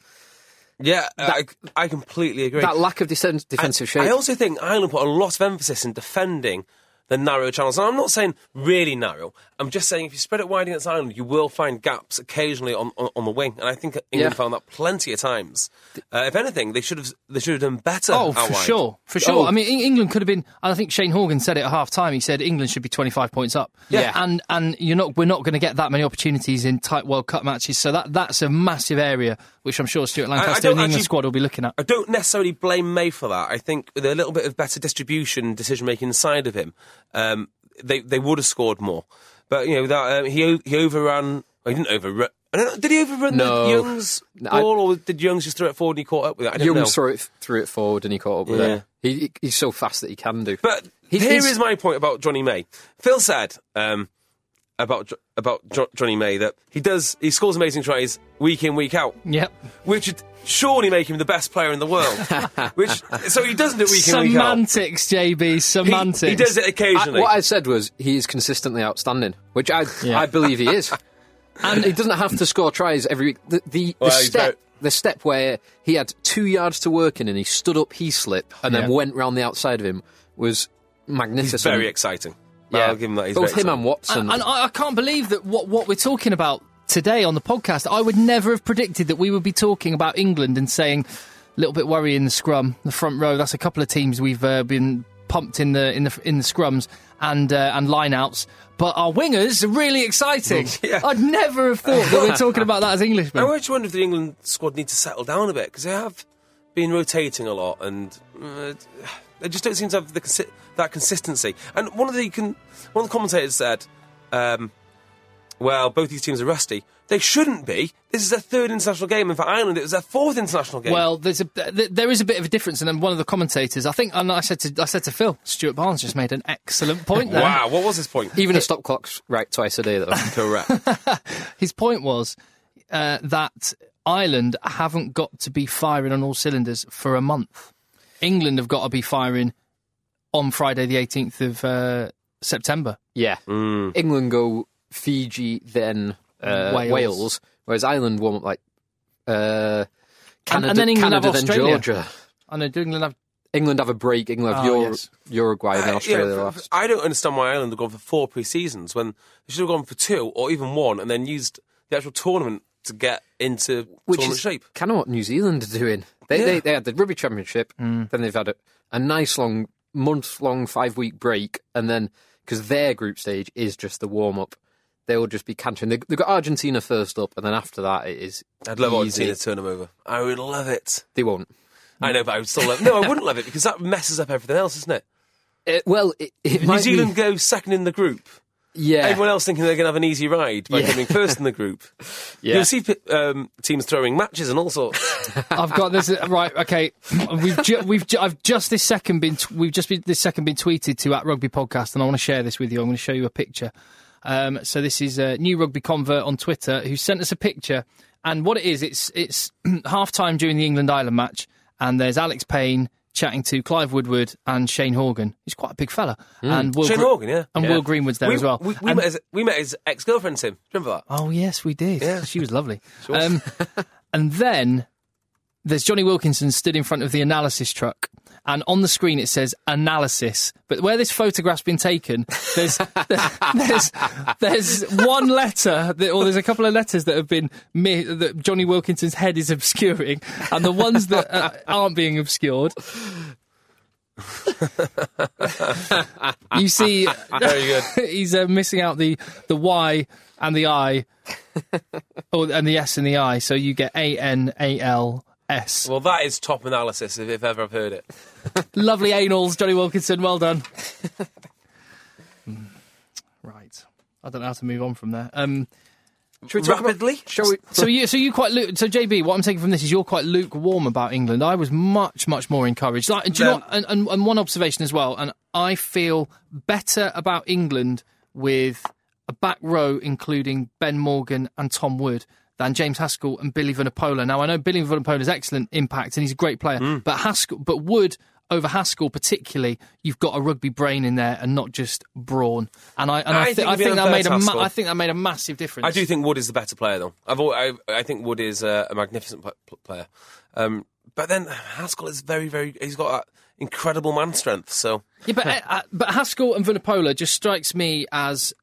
[SPEAKER 3] Yeah, I, I completely agree.
[SPEAKER 4] that lack of defen- defensive shape.
[SPEAKER 3] I also think Ireland put a lot of emphasis in defending the narrow channels. And I'm not saying really narrow. I'm just saying if you spread it wide against Ireland, you will find gaps occasionally on, on, on the wing. And I think England
[SPEAKER 4] Yeah.
[SPEAKER 3] found that plenty of times. Uh, if anything, they should have they should have done better.
[SPEAKER 2] Oh,
[SPEAKER 3] out
[SPEAKER 2] for
[SPEAKER 3] wide.
[SPEAKER 2] sure, for sure.
[SPEAKER 4] Oh.
[SPEAKER 2] I mean, Eng- England could have been. and I think Shane Horgan said it at half time. He said England should be twenty five points up.
[SPEAKER 4] Yeah.
[SPEAKER 2] and and you're not. We're not going to get that many opportunities in tight World Cup matches. So that that's a massive area which I'm sure Stuart Lancaster
[SPEAKER 3] don't
[SPEAKER 2] and the England
[SPEAKER 3] actually-
[SPEAKER 2] squad will be looking at.
[SPEAKER 3] I don't necessarily blame May for that. I think with a little bit of better distribution, decision making side of him, um, they they would have scored more. But you know that um, he o- he overran. Well, he didn't overrun. I don't know, did he overrun
[SPEAKER 4] No.
[SPEAKER 3] the Young's
[SPEAKER 4] No, I-
[SPEAKER 3] ball, or did Young's just throw it forward and he caught up with it? I don't
[SPEAKER 4] Young
[SPEAKER 3] know.
[SPEAKER 4] threw it threw it forward and he caught up with it. He, he's so fast that he can do.
[SPEAKER 3] But
[SPEAKER 4] He-
[SPEAKER 3] here
[SPEAKER 4] he's-
[SPEAKER 3] is my point about Johnny May. Phil said um, about Jo- about jo- Johnny May that he does he scores amazing tries week in week out,
[SPEAKER 2] Yep.
[SPEAKER 3] which would surely make him the best player in the world. which so he doesn't do it week in week out.
[SPEAKER 2] Semantics, JB.
[SPEAKER 3] He-
[SPEAKER 2] Semantics.
[SPEAKER 3] He, does it
[SPEAKER 4] I,
[SPEAKER 3] occasionally.
[SPEAKER 4] what I said was he is consistently outstanding, which I
[SPEAKER 2] Yeah.
[SPEAKER 4] I believe he is. and he doesn't have to score tries every week. The the, the
[SPEAKER 3] Well, he's
[SPEAKER 4] step
[SPEAKER 3] very-
[SPEAKER 4] the step where he had two yards to work in and he stood up, he slip, and then
[SPEAKER 2] Yeah.
[SPEAKER 4] went round the outside of him was magnificent.
[SPEAKER 3] He's very exciting.
[SPEAKER 4] Yeah.
[SPEAKER 3] I'll give him that. He's
[SPEAKER 4] Both
[SPEAKER 3] very
[SPEAKER 4] him
[SPEAKER 3] exciting.
[SPEAKER 4] and Watson.
[SPEAKER 2] And, and I, I can't believe that what, what we're talking about today on the podcast, I would never have predicted that we would be talking about England and saying a little bit worrying the scrum, the front row. That's a couple of teams we've uh, been pumped in the in the in the scrums and uh, and lineouts. But our wingers are really exciting.
[SPEAKER 3] Yeah.
[SPEAKER 2] I'd never have thought that we're talking about that as Englishmen.
[SPEAKER 3] I actually wonder if the England squad need to settle down a bit because they have been rotating a lot and uh, they just don't seem to have the consi- that consistency. And one of the con- one of the commentators said, um, "Well, both these teams are rusty. They shouldn't be. This is their third international game, and for Ireland, it was their fourth international game."
[SPEAKER 2] Well, there's a th- there is a bit of a difference, and then one of the commentators, I think, and I said to I said to Phil, Stuart Barnes just made an excellent point there.
[SPEAKER 3] wow. What was his point?
[SPEAKER 4] even a stop clock's right twice a day though.
[SPEAKER 3] Correct.
[SPEAKER 2] his point was uh, that Ireland haven't got to be firing on all cylinders for a month. England have got to be firing on Friday, the 18th of uh, September.
[SPEAKER 4] Yeah. England go Fiji, then uh,
[SPEAKER 2] Wales.
[SPEAKER 4] Wales. whereas Ireland warm up like uh,
[SPEAKER 2] And-
[SPEAKER 4] Canada,
[SPEAKER 2] and then England have
[SPEAKER 4] Canada, then
[SPEAKER 2] Australia.
[SPEAKER 4] Georgia.
[SPEAKER 2] I know, do England have.
[SPEAKER 4] England have a break. England have
[SPEAKER 2] Oh,
[SPEAKER 4] Ur-
[SPEAKER 2] yes.
[SPEAKER 4] Uruguay and
[SPEAKER 3] Uh,
[SPEAKER 4] then Australia
[SPEAKER 3] yeah,
[SPEAKER 4] last.
[SPEAKER 3] I don't understand why Ireland have gone for four pre-seasons when they should have gone for two or even one and then used the actual tournament to get into
[SPEAKER 4] Which
[SPEAKER 3] tournament
[SPEAKER 4] is
[SPEAKER 3] shape.
[SPEAKER 4] kind of what New Zealand are doing. They,
[SPEAKER 3] Yeah.
[SPEAKER 4] they, they had the Rugby Championship, then they've had a, a nice long, month long, five week break, and then because their group stage is just the warm up. they will just be cantering. They, they've got Argentina first up, and then after that, it is.
[SPEAKER 3] I'd love
[SPEAKER 4] easy. Mm.
[SPEAKER 3] Argentina to turn them over. I would love it.
[SPEAKER 4] They won't.
[SPEAKER 3] I know, but I would still love. No, I wouldn't love it because that messes up everything else, doesn't it?
[SPEAKER 4] Uh, well, it, it
[SPEAKER 3] New
[SPEAKER 4] might
[SPEAKER 3] Zealand
[SPEAKER 4] Be,
[SPEAKER 3] goes second in the group.
[SPEAKER 4] yeah,
[SPEAKER 3] Everyone else thinking they're going to have an easy ride by
[SPEAKER 4] Yeah.
[SPEAKER 3] coming first in the group.
[SPEAKER 4] yeah.
[SPEAKER 3] You'll see p- um, teams throwing matches and all sorts.
[SPEAKER 2] I've got this uh, right. Okay, we've ju- we've ju- I've just this second been t- we've just been, this second been tweeted to at Rugby Podcast, and I want to share this with you. I'm going to show you a picture. Um, so this is a new rugby convert on Twitter who sent us a picture, and what it is, it's it's half time during the England Ireland match, and there's Alex Payne chatting to Clive Woodward and Shane Horgan. He's quite a big fella, and Will
[SPEAKER 3] Hmm. Shane
[SPEAKER 2] Gre-
[SPEAKER 3] Morgan, yeah.
[SPEAKER 2] and
[SPEAKER 3] yeah.
[SPEAKER 2] Will Greenwood's there
[SPEAKER 3] we,
[SPEAKER 2] as well.
[SPEAKER 3] We, we
[SPEAKER 2] And-
[SPEAKER 3] met his, we met his ex girlfriend, Tim. Remember that?
[SPEAKER 2] Oh yes, we did.
[SPEAKER 3] Yeah.
[SPEAKER 2] she was lovely. Um, and then there's Johnny Wilkinson stood in front of the analysis truck, and on the screen it says analysis. But where this photograph's been taken, there's there's there's one letter, that, or there's a couple of letters that have been mi- that Johnny Wilkinson's head is obscuring, and the ones that uh, aren't being obscured. you see,
[SPEAKER 3] Very good.
[SPEAKER 2] he's uh, missing out the the Y and the I, oh, and the S and the I. So you get A N A L S.
[SPEAKER 3] Well, that is top analysis if, if ever I've heard it.
[SPEAKER 2] Lovely anals, Johnny Wilkinson. Well done. Mm, right. I don't know how to move on from there. Um,
[SPEAKER 4] Should we talk about-
[SPEAKER 3] Rapidly?
[SPEAKER 4] shall we?
[SPEAKER 2] so you, so you quite lu- so JB. What I'm taking from this is you're quite lukewarm about England. I was much, much more encouraged. Like, do you know,
[SPEAKER 3] Then-
[SPEAKER 2] what? and, and, and one observation as well. And I feel better about England with a back row including Ben Morgan and Tom Wood than James Haskell and Billy Vanapola. Now I know Billy Vanapola's excellent impact and he's a great player,
[SPEAKER 3] Mm.
[SPEAKER 2] but Haskell, but Wood. Over Haskell, particularly, you've got a rugby brain in there and not just brawn. And I, and I,
[SPEAKER 3] I
[SPEAKER 2] thi-
[SPEAKER 3] think
[SPEAKER 2] I
[SPEAKER 3] it'd be
[SPEAKER 2] think that
[SPEAKER 3] unfair
[SPEAKER 2] made
[SPEAKER 3] to
[SPEAKER 2] a, ma-
[SPEAKER 3] Haskell.
[SPEAKER 2] I think that made a massive difference.
[SPEAKER 3] I do think Wood is the better player, though. I've al- I, I think Wood is uh, a magnificent pl- pl- player. Um, but then Haskell is very, very. He's got that incredible man strength. So
[SPEAKER 2] Yeah, but uh, uh, but Haskell and Vunipola just strikes me as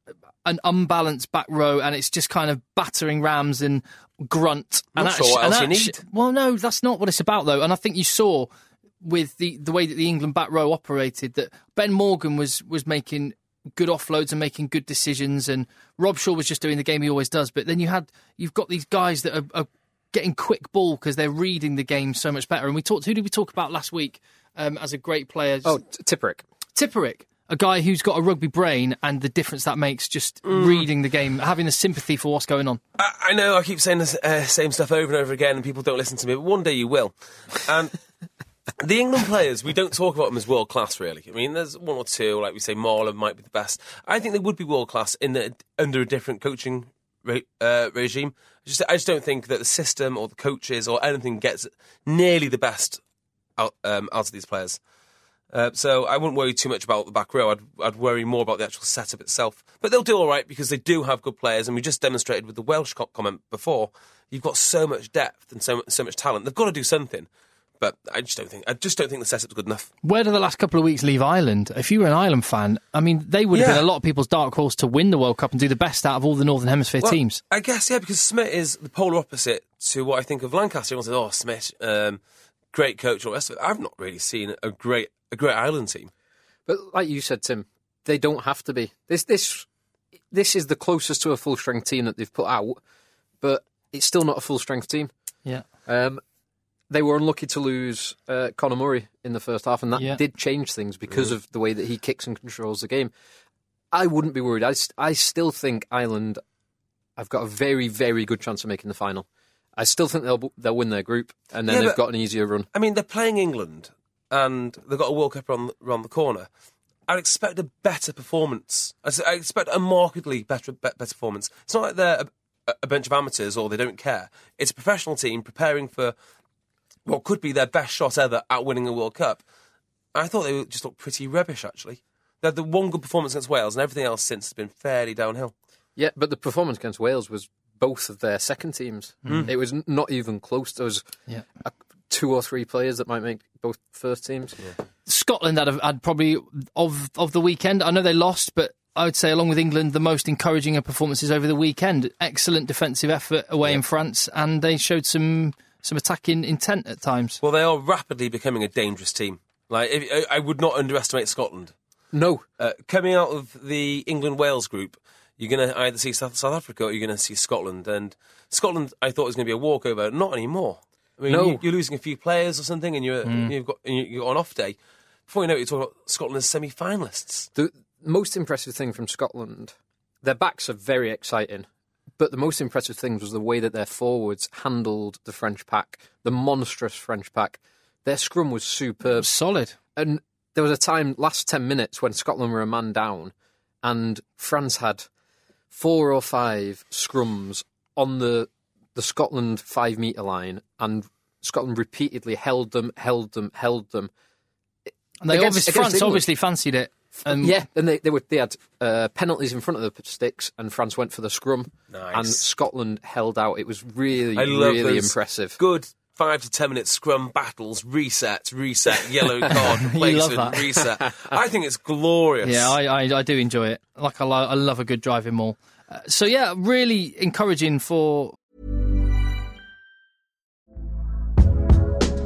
[SPEAKER 2] an unbalanced back row, and it's just kind of battering rams and grunt. and
[SPEAKER 3] Not sure
[SPEAKER 2] actu-
[SPEAKER 3] what
[SPEAKER 2] and
[SPEAKER 3] else you
[SPEAKER 2] actu-
[SPEAKER 3] need.
[SPEAKER 2] Well, no, that's not what it's about though. And I think you saw with the the way that the England back row operated that Ben Morgan was was making good offloads and making good decisions, and Rob Shaw was just doing the game he always does. But then you had you've got these guys that are, are getting quick ball because they're reading the game so much better. And we talked. Who did we talk about last week? Um, as a great player,
[SPEAKER 4] Oh, t- Tipperick.
[SPEAKER 2] Tipperick, a guy who's got a rugby brain and the difference that makes just
[SPEAKER 4] Mm.
[SPEAKER 2] reading the game, having the sympathy for what's going on.
[SPEAKER 3] I, I know I keep saying the uh, same stuff over and over again, and people don't listen to me. But one day you will. And the England players, we don't talk about them as world class, really. I mean, there's one or two, like we say, Marlon might be the best. I think they would be world class in a, under a different coaching re- uh, regime. Just, I just don't think that the system or the coaches or anything gets nearly the best out, um, out of these players. Uh, so I wouldn't worry too much about the back row. I'd, I'd worry more about the actual setup itself. But they'll do all right because they do have good players, and we just demonstrated with the Welsh co- comment before. You've got so much depth and so so much talent. They've got to do something. But I just don't think I just don't think the setup's good enough.
[SPEAKER 2] Where do the last couple of weeks leave Ireland? If you were an Ireland fan, I mean, they would have
[SPEAKER 3] Yeah.
[SPEAKER 2] been a lot of people's dark horse to win the World Cup and do the best out of all the Northern Hemisphere
[SPEAKER 3] Well,
[SPEAKER 2] teams.
[SPEAKER 3] I guess yeah, because Smith is the polar opposite to what I think of Lancaster. Everyone says, "Oh, Smith, um, great coach, all the rest of it." I've not really seen a great a great Ireland team.
[SPEAKER 4] But like you said, Tim, they don't have to be. This this this is the closest to a full strength team that they've put out, but it's still not a full strength team.
[SPEAKER 2] Yeah.
[SPEAKER 4] Um, they were unlucky to lose uh, Conor Murray in the first half, and that
[SPEAKER 2] Yeah.
[SPEAKER 4] did change things
[SPEAKER 3] Mm.
[SPEAKER 4] because of the way that he kicks and controls the game. I wouldn't be worried. I, s- I still think Ireland have got a very, very good chance of making the final. I still think they'll they'll win their group, and then
[SPEAKER 3] Yeah,
[SPEAKER 4] they've
[SPEAKER 3] but-
[SPEAKER 4] got an easier run.
[SPEAKER 3] I mean, they're playing England, and they've got a World Cup around, around the corner. I expect a better performance. I s- I expect a markedly better be- better performance. It's not like they're a, a bunch of amateurs or they don't care. It's a professional team preparing for what could be their best shot ever at winning a World Cup. I thought they just looked pretty rubbish, actually. They had the one good performance against Wales, and everything else since has been fairly downhill.
[SPEAKER 4] Yeah, but the performance against Wales was both of their second teams. It was n- not even close. There was
[SPEAKER 2] Yeah.
[SPEAKER 4] a, two or three players that might make both first teams.
[SPEAKER 2] Scotland had, had probably of of the weekend. I know they lost, but I would say along with England, the most encouraging of performances over the weekend. Excellent defensive effort away in France, and they showed some some attacking intent at times.
[SPEAKER 3] Well, they are rapidly becoming a dangerous team. Like, if, I, I would not underestimate Scotland.
[SPEAKER 4] No,
[SPEAKER 3] Uh, coming out of the England Wales group, you're going to either see South, South Africa or you're going to see Scotland. And Scotland, I thought was going to be a walkover. Not anymore. I mean,
[SPEAKER 4] No. Hmm.
[SPEAKER 3] you- you're losing a few players or something, and you're you've got and you- you're on off day. Before you know it, you're talking about Scotland as semi-finalists.
[SPEAKER 4] The most impressive thing from Scotland, their backs are very exciting, but the most impressive thing was the way that their forwards handled the French pack, the monstrous French pack. Their scrum was superb.
[SPEAKER 2] Solid.
[SPEAKER 4] And there was a time last 10 minutes when Scotland were a man down and France had four or five scrums on the the Scotland 5 meter line and Scotland repeatedly held them, held them, held them.
[SPEAKER 2] And they
[SPEAKER 4] Against-
[SPEAKER 2] obviously,
[SPEAKER 4] against
[SPEAKER 2] France
[SPEAKER 4] England.
[SPEAKER 2] obviously fancied it. um, And
[SPEAKER 4] yeah, and they, they were they had uh, penalties in front of the sticks, and France went for the scrum,
[SPEAKER 3] Nice.
[SPEAKER 4] and Scotland held out. It was really,
[SPEAKER 3] I love
[SPEAKER 4] really
[SPEAKER 3] those
[SPEAKER 4] impressive.
[SPEAKER 3] Good five to ten minute scrum battles, resets, reset, yellow card, replacement,
[SPEAKER 2] that.
[SPEAKER 3] reset. I think it's glorious.
[SPEAKER 2] Yeah, I, I, I do enjoy it. Like I, lo- I love a good driving mall. Uh, so yeah, really encouraging for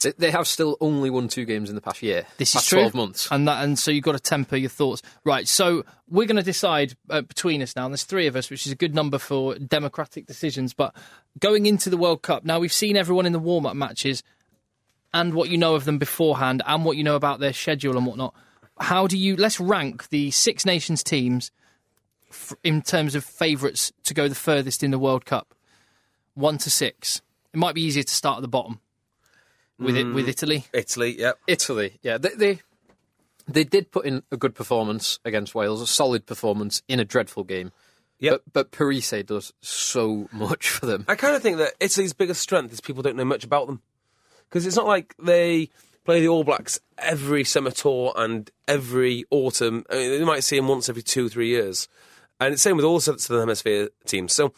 [SPEAKER 4] They, they have still only won two games in the past year.
[SPEAKER 2] this
[SPEAKER 4] past
[SPEAKER 2] is true.
[SPEAKER 4] Twelve months.
[SPEAKER 2] and that, and so you've got to temper your thoughts, right? So we're going to decide uh, between us now. And there's three of us, which is a good number for democratic decisions. But going into the World Cup, now we've seen everyone in the warm-up matches, and what you know of them beforehand, and what you know about their schedule and whatnot. How do you? Let's rank the Six Nations teams f- in terms of favourites to go the furthest in the World Cup, one to six. It might be easier to start at the bottom with it
[SPEAKER 4] Mm.
[SPEAKER 2] with Italy.
[SPEAKER 3] Italy, yep.
[SPEAKER 4] Italy, yeah, they, they they did put in a good performance against Wales, a solid performance in a dreadful game.
[SPEAKER 3] Yep.
[SPEAKER 4] But, but Parise does so much for them.
[SPEAKER 3] I kind of think that Italy's biggest strength is people don't know much about them. Because it's not like they play the All Blacks every summer tour and every autumn. I mean, they might see them once every two, three years. And it's the same with all Southern Hemisphere teams. So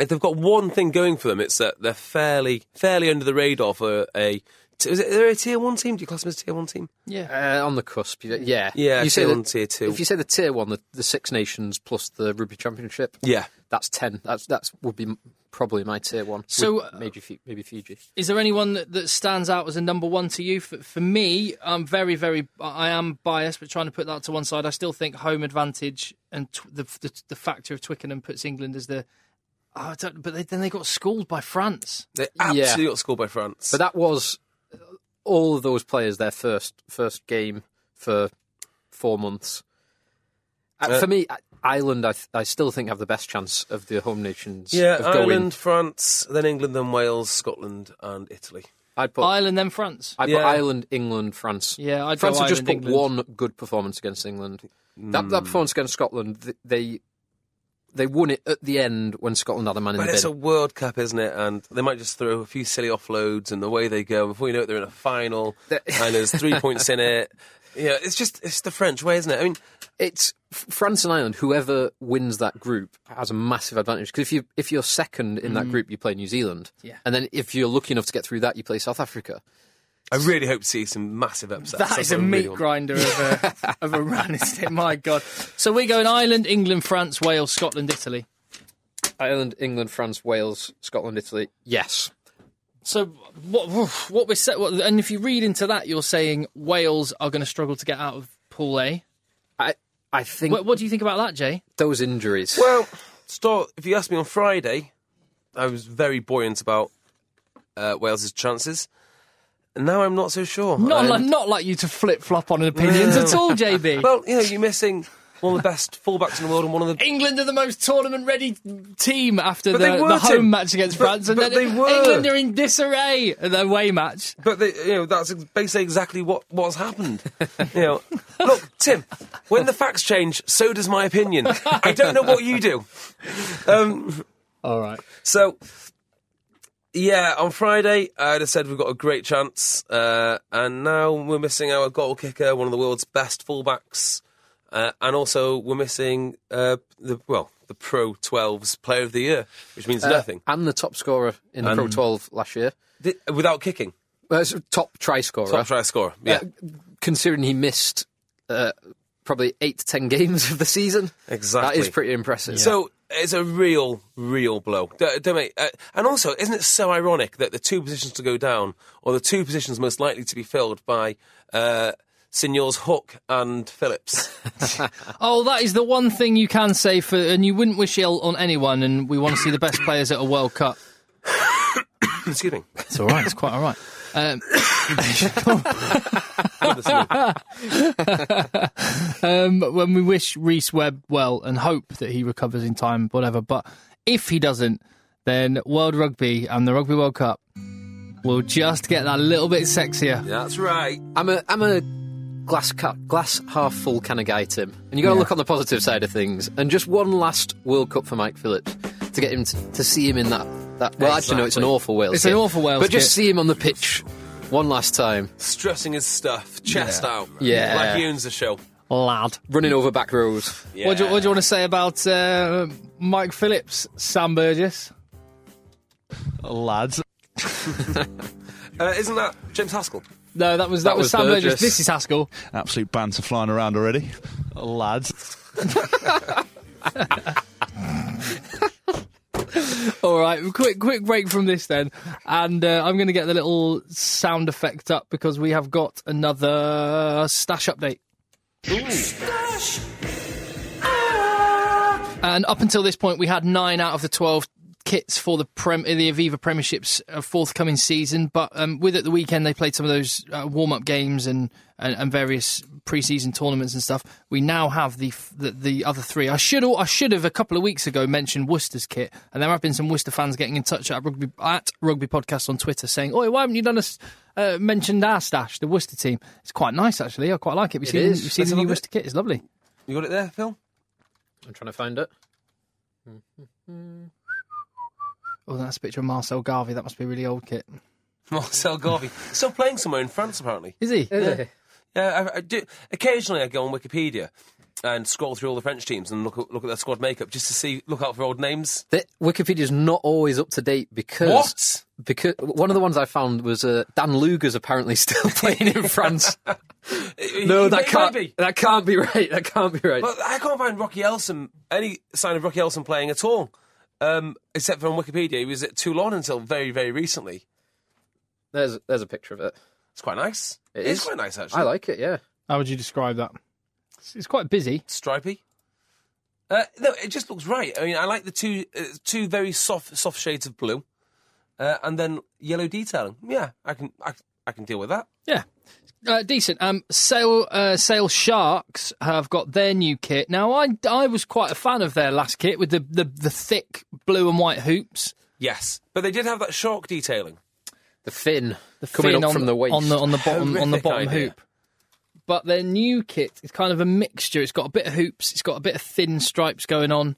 [SPEAKER 3] if they've got one thing going for them, it's that they're fairly fairly under the radar for a. t- Is it, they're a tier one team? Do you class them as a tier one team?
[SPEAKER 2] Yeah.
[SPEAKER 4] Uh, on the cusp, you- yeah,
[SPEAKER 3] Yeah,
[SPEAKER 4] You say
[SPEAKER 3] tier
[SPEAKER 4] the-
[SPEAKER 3] one, tier two.
[SPEAKER 4] If you say the tier one, the, the Six Nations plus the Rugby Championship,
[SPEAKER 3] Yeah.
[SPEAKER 4] that's ten. That's that's would be m- probably my tier one.
[SPEAKER 2] So,
[SPEAKER 4] with
[SPEAKER 2] uh,
[SPEAKER 4] maybe Fu- maybe Fiji.
[SPEAKER 2] Is there anyone that, that stands out as a number one to you? For, for me, I'm very, very, I am biased, but trying to put that to one side, I still think home advantage and tw- the, the the factor of Twickenham puts England as the. Oh, I don't, but they, then they got schooled by France.
[SPEAKER 3] They
[SPEAKER 4] Yeah.
[SPEAKER 3] absolutely got scored by France.
[SPEAKER 4] But that was uh, all of those players their first first game for four months. Uh,
[SPEAKER 3] Uh,
[SPEAKER 4] for me, I- Ireland, I, th- I still think have the best chance of the home nations.
[SPEAKER 3] yeah,
[SPEAKER 4] of going.
[SPEAKER 3] Ireland, France, then England, then Wales, Scotland, and Italy.
[SPEAKER 4] I'd put
[SPEAKER 2] Ireland, then France.
[SPEAKER 4] I'd put
[SPEAKER 3] Yeah.
[SPEAKER 4] Ireland, England, France.
[SPEAKER 2] Yeah, I'd go
[SPEAKER 4] France have just
[SPEAKER 2] Ireland,
[SPEAKER 4] put
[SPEAKER 2] England.
[SPEAKER 4] one good performance against England. That,
[SPEAKER 3] Hmm.
[SPEAKER 4] that performance against Scotland, th- they they won it at the end when Scotland had a man in
[SPEAKER 3] But
[SPEAKER 4] the
[SPEAKER 3] it's
[SPEAKER 4] bin.
[SPEAKER 3] a World Cup, isn't it? And they might just throw a few silly offloads, and away they go. Before you know it, they're in a final,
[SPEAKER 4] That-
[SPEAKER 3] and there's three points in it. Yeah, it's just it's the French way, isn't it? I mean,
[SPEAKER 4] it's F- France and Ireland. Whoever wins that group has a massive advantage because if you if you're second in that group, you play New Zealand.
[SPEAKER 2] Yeah.
[SPEAKER 4] and then if you're lucky enough to get through that, you play South Africa.
[SPEAKER 3] I really hope to see some massive upsets.
[SPEAKER 2] That
[SPEAKER 3] That's
[SPEAKER 2] is
[SPEAKER 3] what
[SPEAKER 2] a
[SPEAKER 3] I really
[SPEAKER 2] meat
[SPEAKER 3] want.
[SPEAKER 2] grinder of a, of a run, isn't it? My God. So we're going Ireland, England, France, Wales, Scotland, Italy.
[SPEAKER 4] Ireland, England, France, Wales, Scotland, Italy. Yes,
[SPEAKER 2] So what what we said, what, and if you read into that, you're saying Wales are going to struggle to get out of Pool A.
[SPEAKER 4] I I think
[SPEAKER 2] What, what do you think about that, Jay?
[SPEAKER 4] those injuries.
[SPEAKER 3] Well, start, if you asked me on Friday, I was very buoyant about uh, Wales' chances. And now I'm not so sure.
[SPEAKER 2] Not
[SPEAKER 3] And-
[SPEAKER 2] like, not like you to flip flop on opinions at all, JB.
[SPEAKER 3] Well, you know, you're missing one of the best fullbacks in the world and one of the.
[SPEAKER 2] England are the most tournament ready team after the,
[SPEAKER 3] But they
[SPEAKER 2] the
[SPEAKER 3] weren't
[SPEAKER 2] home
[SPEAKER 3] in-
[SPEAKER 2] match against
[SPEAKER 3] but-
[SPEAKER 2] France, and
[SPEAKER 3] but
[SPEAKER 2] then
[SPEAKER 3] they were.
[SPEAKER 2] England are in disarray at their away match.
[SPEAKER 3] But they, you know that's ex- basically exactly what what's happened. You know, look, Tim. When the facts change, so does my opinion. I don't know what you do. Um,
[SPEAKER 2] All right.
[SPEAKER 3] So, yeah, on Friday, I'd have said we've got a great chance, uh, and now we're missing our goal kicker, one of the world's best fullbacks, uh, and also we're missing uh, the well, the Pro 12s Player of the Year, which means
[SPEAKER 4] Uh,
[SPEAKER 3] nothing
[SPEAKER 4] And the top scorer in the Pro 12 last year.
[SPEAKER 3] Th- without kicking.
[SPEAKER 4] Well, it's top try scorer.
[SPEAKER 3] Top try scorer, yeah,
[SPEAKER 4] Considering he missed uh, probably eight to ten games of the season.
[SPEAKER 3] exactly.
[SPEAKER 4] That is pretty impressive.
[SPEAKER 3] So it's a real, real blow. D- don't make- uh, and also, isn't it so ironic that the two positions to go down, or the two positions most likely to be filled by uh, Signors Hook and Phillips?
[SPEAKER 2] Oh, that is the one thing you can say for, and you wouldn't wish ill on anyone. And we want to see the best players at a World Cup.
[SPEAKER 3] Excuse me.
[SPEAKER 2] It's all right. It's quite all right. Um,
[SPEAKER 3] Goodness me.
[SPEAKER 2] um, when we wish Reese Webb well and hope that he recovers in time, whatever. But if he doesn't, then World Rugby and the Rugby World Cup will just get that little bit sexier.
[SPEAKER 3] That's right.
[SPEAKER 4] I'm a I'm a glass ca- glass half full kind of guy, Tim. And you got to look on the positive side of things. And just one last World Cup for Mike Phillips to get him to, to see him in that. that well, actually, no, it's an
[SPEAKER 3] Exactly.
[SPEAKER 4] awful Wales.
[SPEAKER 2] It's an
[SPEAKER 4] kit.
[SPEAKER 2] awful Wales
[SPEAKER 4] But just
[SPEAKER 2] kit.
[SPEAKER 4] see him on the pitch one last time,
[SPEAKER 3] Strutting his stuff, chest out.
[SPEAKER 4] Yeah.
[SPEAKER 3] Like he owns the show.
[SPEAKER 2] Lad.
[SPEAKER 4] running over back rows.
[SPEAKER 3] Yeah.
[SPEAKER 2] What, do, what do you want to say about uh, Mike Phillips, Sam Burgess?
[SPEAKER 6] lads.
[SPEAKER 3] Uh, isn't that James Haskell?
[SPEAKER 2] No, that was that,
[SPEAKER 4] That
[SPEAKER 2] was,
[SPEAKER 4] was
[SPEAKER 2] Sam Burgess.
[SPEAKER 4] Burgess.
[SPEAKER 2] This is Haskell.
[SPEAKER 6] Absolute banter flying around already. Lads.
[SPEAKER 2] All right, quick quick break from this then, and uh, I'm going to get the little sound effect up because we have got another stash update. And up until this point, we had nine out of the twelve kits for the prem- the Aviva Premiership's uh, forthcoming season. But um, with it the weekend, they played some of those uh, warm up games and, and and various preseason tournaments and stuff. We now have the f- the, the other three. I should al- I should have a couple of weeks ago mentioned Worcester's kit, and there have been some Worcester fans getting in touch at rugby at rugby podcast on Twitter saying, "Oi, why haven't you done us?" Uh, mentioned our stash, the Worcester team. It's quite nice actually. I quite like it. We've seen,
[SPEAKER 4] is.
[SPEAKER 2] we've seen
[SPEAKER 4] Let's
[SPEAKER 2] the
[SPEAKER 4] have a
[SPEAKER 2] new
[SPEAKER 4] look.
[SPEAKER 2] Worcester kit. It's lovely.
[SPEAKER 3] You got it there, Phil?
[SPEAKER 4] I'm trying to find it.
[SPEAKER 2] Oh, that's a picture of Marcel Garvey. That must be a really old kit.
[SPEAKER 3] Marcel Garvey. Still playing somewhere in France, apparently.
[SPEAKER 2] Is he?
[SPEAKER 3] Yeah, Uh, I, I do. Occasionally, I go on Wikipedia and scroll through all the French teams and look at, look at their squad makeup just to see look out for old names.
[SPEAKER 4] The, Wikipedia's not always up to date because
[SPEAKER 3] What?
[SPEAKER 4] because one of the ones I found was uh, Dan Luger's apparently still playing in France. no,
[SPEAKER 3] He-
[SPEAKER 4] that
[SPEAKER 3] he
[SPEAKER 4] can't
[SPEAKER 3] might be.
[SPEAKER 4] that can't be right. That can't be right.
[SPEAKER 3] But I can't find Rocky Elson any sign of Rocky Elson playing at all, um, except for on Wikipedia. He was at Toulon until very very recently.
[SPEAKER 4] There's there's a picture of it.
[SPEAKER 3] It's quite nice.
[SPEAKER 4] It
[SPEAKER 3] it's
[SPEAKER 4] is.
[SPEAKER 3] quite nice actually.
[SPEAKER 4] I like it. Yeah.
[SPEAKER 2] How would you describe that? It's, it's quite busy.
[SPEAKER 3] stripy. Uh, no, it just looks right. I mean, I like the two uh, two very soft soft shades of blue, uh, and then yellow detailing. Yeah, I can I, I can deal with that.
[SPEAKER 2] Yeah. Uh, decent. Um, Sale, uh, Sale Sharks have got their new kit. Now, I, I was quite a fan of their last kit with the, the, the thick blue and white hoops.
[SPEAKER 3] Yes, but they did have that shark detailing.
[SPEAKER 4] The fin
[SPEAKER 2] The
[SPEAKER 4] coming
[SPEAKER 2] fin
[SPEAKER 4] up
[SPEAKER 2] on,
[SPEAKER 4] from the waist.
[SPEAKER 2] On the, on the bottom, on the
[SPEAKER 3] Horrific
[SPEAKER 2] bottom
[SPEAKER 3] idea.
[SPEAKER 2] hoop. But their new kit is kind of a mixture. It's got a bit of hoops, it's got a bit of thin stripes going on.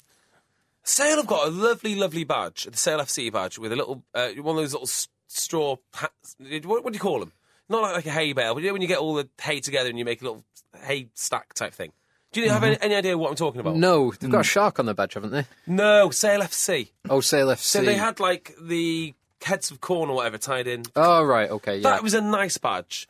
[SPEAKER 3] Sale have got a lovely, lovely badge, the Sale FC E badge, with a little uh, one of those little s- straw hats. What, what do you call them? Not like, like a hay bale, but you know when you get all the hay together and you make a little hay stack type thing. Do you have any, any idea what I'm talking about?
[SPEAKER 4] Mm-hmm. No, they've
[SPEAKER 2] Hmm.
[SPEAKER 4] got a shark on their badge, haven't they?
[SPEAKER 3] no, Sale FC.
[SPEAKER 4] Oh, Sale FC.
[SPEAKER 3] E. So they had like the heads of corn or whatever tied in.
[SPEAKER 4] Oh right, okay, yeah.
[SPEAKER 3] That was a nice badge.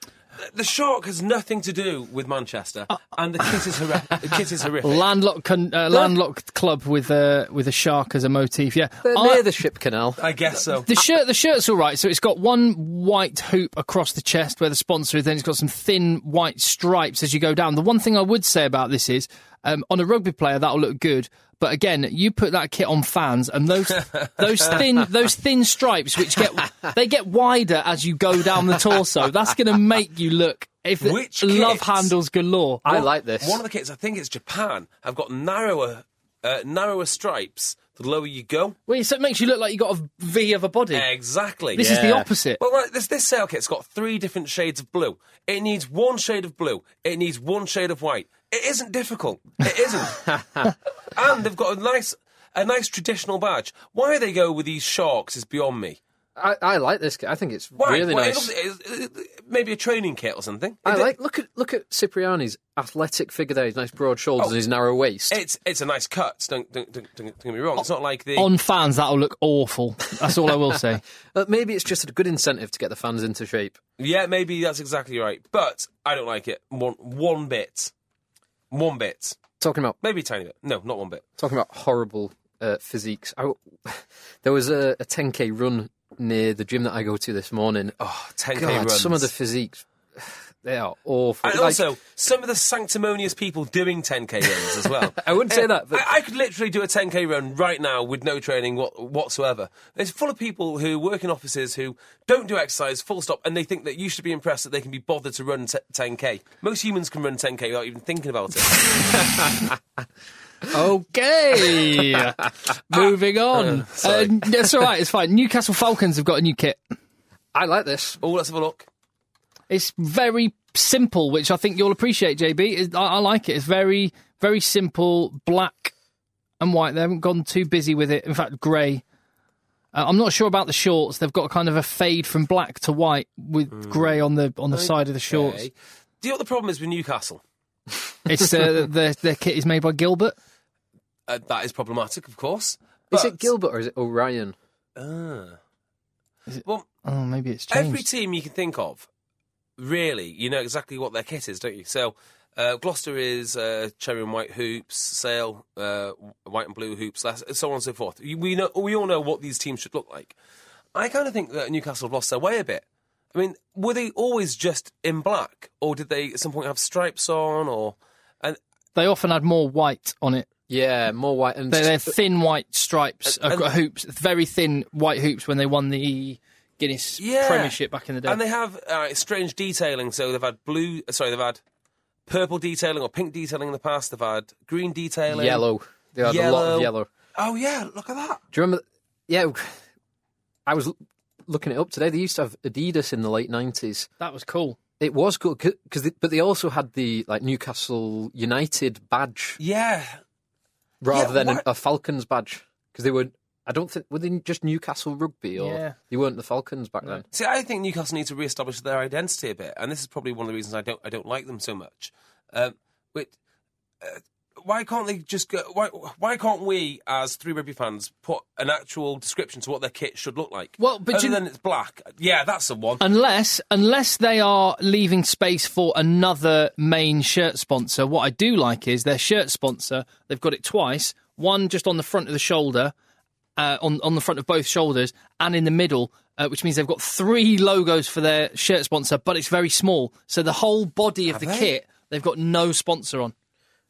[SPEAKER 3] the shark has nothing to do with Manchester,
[SPEAKER 4] Uh,
[SPEAKER 3] and the kiss is, horri- the kiss is horrific.
[SPEAKER 2] Landlocked, con- uh, landlocked club with a with a shark as a motif. Yeah,
[SPEAKER 4] They're
[SPEAKER 2] I-
[SPEAKER 4] near the ship canal.
[SPEAKER 3] I guess so.
[SPEAKER 2] The shirt, the shirt's all right. So it's got one white hoop across the chest where the sponsor is. Then it's got some thin white stripes as you go down. The one thing I would say about this is, um, on a rugby player, that'll look good. But again, you put that kit on fans, and those those thin those thin stripes, which get they get wider as you go down the torso. That's going to make you look if the-
[SPEAKER 3] Which
[SPEAKER 2] love
[SPEAKER 3] kits?
[SPEAKER 2] handles galore.
[SPEAKER 4] I like this.
[SPEAKER 3] One of the kits, I think it's Japan, have got narrower, uh, narrower stripes the lower you go.
[SPEAKER 2] Well, so it makes you look like you got a V of a body.
[SPEAKER 3] Exactly.
[SPEAKER 2] This is the opposite.
[SPEAKER 3] Well, right, this this sail kit's got three different shades of blue. It needs one shade of blue. It needs one shade of white. It isn't difficult. It isn't. and they've got a nice a nice traditional badge. Why they go with these sharks is beyond me.
[SPEAKER 4] I, I like this. kit. I think it's
[SPEAKER 3] Why?
[SPEAKER 4] really
[SPEAKER 3] Well, it
[SPEAKER 4] nice.
[SPEAKER 3] looks- it- it- maybe a training kit or something.
[SPEAKER 4] I
[SPEAKER 3] It-
[SPEAKER 4] like look at look at Cipriani's athletic figure there. His nice broad
[SPEAKER 3] Oh.
[SPEAKER 4] shoulders and his narrow waist.
[SPEAKER 3] It's it's a nice cut. Don't don't, don't, don't get me
[SPEAKER 4] Oh,
[SPEAKER 3] wrong. It's not like the
[SPEAKER 2] On fans, that'll look awful. That's all I will say.
[SPEAKER 4] Uh, maybe it's just a good incentive to get the fans into shape.
[SPEAKER 3] Yeah, maybe that's exactly right. But I don't like it one one bit, one bit,
[SPEAKER 4] Talking about
[SPEAKER 3] maybe a tiny bit. No, not one bit.
[SPEAKER 4] talking about horrible uh, physiques. I, there was a, a 10k run near the gym that I go to this morning.
[SPEAKER 3] Oh, 10k
[SPEAKER 4] God,
[SPEAKER 3] runs.
[SPEAKER 4] some of the physiques they are awful.
[SPEAKER 3] and
[SPEAKER 4] Like,
[SPEAKER 3] also some of the sanctimonious people doing 10k runs as well.
[SPEAKER 4] I wouldn't say that, but-
[SPEAKER 3] I, I could literally do a 10k run right now with no training what, whatsoever. It's full of people who work in offices who don't do exercise, full stop, and they think that you should be impressed that they can be bothered to run t- 10k. Most humans can run 10k without even thinking about it.
[SPEAKER 2] Okay, moving on. Uh, that's all right. It's fine. Newcastle Falcons have got a new kit.
[SPEAKER 4] I like this.
[SPEAKER 3] oh, let's have a look.
[SPEAKER 2] It's very simple, which I think you'll appreciate, JB. It- I, I like it. It's very, very simple, black and white. They haven't gone too busy with it. In fact, grey. Uh, I'm not sure about the shorts. They've got kind of a fade from black to white with grey on the on the side of the shorts.
[SPEAKER 3] Okay. Do you know what the problem is with Newcastle?
[SPEAKER 2] It's uh, their their kit is made by Gilbert.
[SPEAKER 3] Uh, that is problematic, of course.
[SPEAKER 4] Is
[SPEAKER 3] but-
[SPEAKER 4] it Gilbert or is it Orion?
[SPEAKER 3] Ah. Well,
[SPEAKER 2] Oh, maybe it's changed.
[SPEAKER 3] every team you can think of, really, you know exactly what their kit is, don't you? So, uh, Gloucester is uh, cherry and white hoops, Sale, uh, white and blue hoops, that's- so on and so forth. You- We, know, we all know what these teams should look like. I kind of think that Newcastle have lost their way a bit. I mean, were they always just in black, or did they at some point have stripes on, or and
[SPEAKER 2] they often had more white on it
[SPEAKER 4] Yeah, more white and
[SPEAKER 2] They're, they're thin white stripes,
[SPEAKER 3] And-
[SPEAKER 2] uh, hoops, very thin white hoops when they won the Guinness
[SPEAKER 3] Yeah.
[SPEAKER 2] Premiership back in the day.
[SPEAKER 3] And they have uh, strange detailing. So they've had blue. uh, Sorry, they've had purple detailing or pink detailing in the past. They've had green detailing.
[SPEAKER 4] yellow. They had a lot
[SPEAKER 3] Yellow.
[SPEAKER 4] of yellow.
[SPEAKER 3] Oh yeah, look at that.
[SPEAKER 4] Do you remember? Yeah, I was l- looking it up today. They used to have Adidas in the late nineties.
[SPEAKER 2] that was cool.
[SPEAKER 4] It was good because, but they also had the like Newcastle United badge
[SPEAKER 3] Yeah.
[SPEAKER 4] rather
[SPEAKER 3] Yeah,
[SPEAKER 4] than
[SPEAKER 3] what-
[SPEAKER 4] a, a Falcons badge because they were. I don't think were they just Newcastle rugby or
[SPEAKER 2] Yeah.
[SPEAKER 4] they weren't the Falcons back then.
[SPEAKER 3] See, I think Newcastle need to re-establish their identity a bit, and this is probably one of the reasons I don't I don't like them so much. Um, wait, uh, why can't they just go? Why why can't we as three rugby fans put an actual description to what their kit should look like?
[SPEAKER 2] Well, but
[SPEAKER 3] Other
[SPEAKER 2] you-
[SPEAKER 3] than it's black. Yeah, that's the one.
[SPEAKER 2] Unless, unless they are leaving space for another main shirt sponsor. What I do like is their shirt sponsor. They've got it twice. One just on the front of the shoulder, uh, on on the front of both shoulders, and in the middle, uh, which means they've got three logos for their shirt sponsor, but it's very small. So the whole body of the
[SPEAKER 3] they?
[SPEAKER 2] kit, they've got no sponsor on.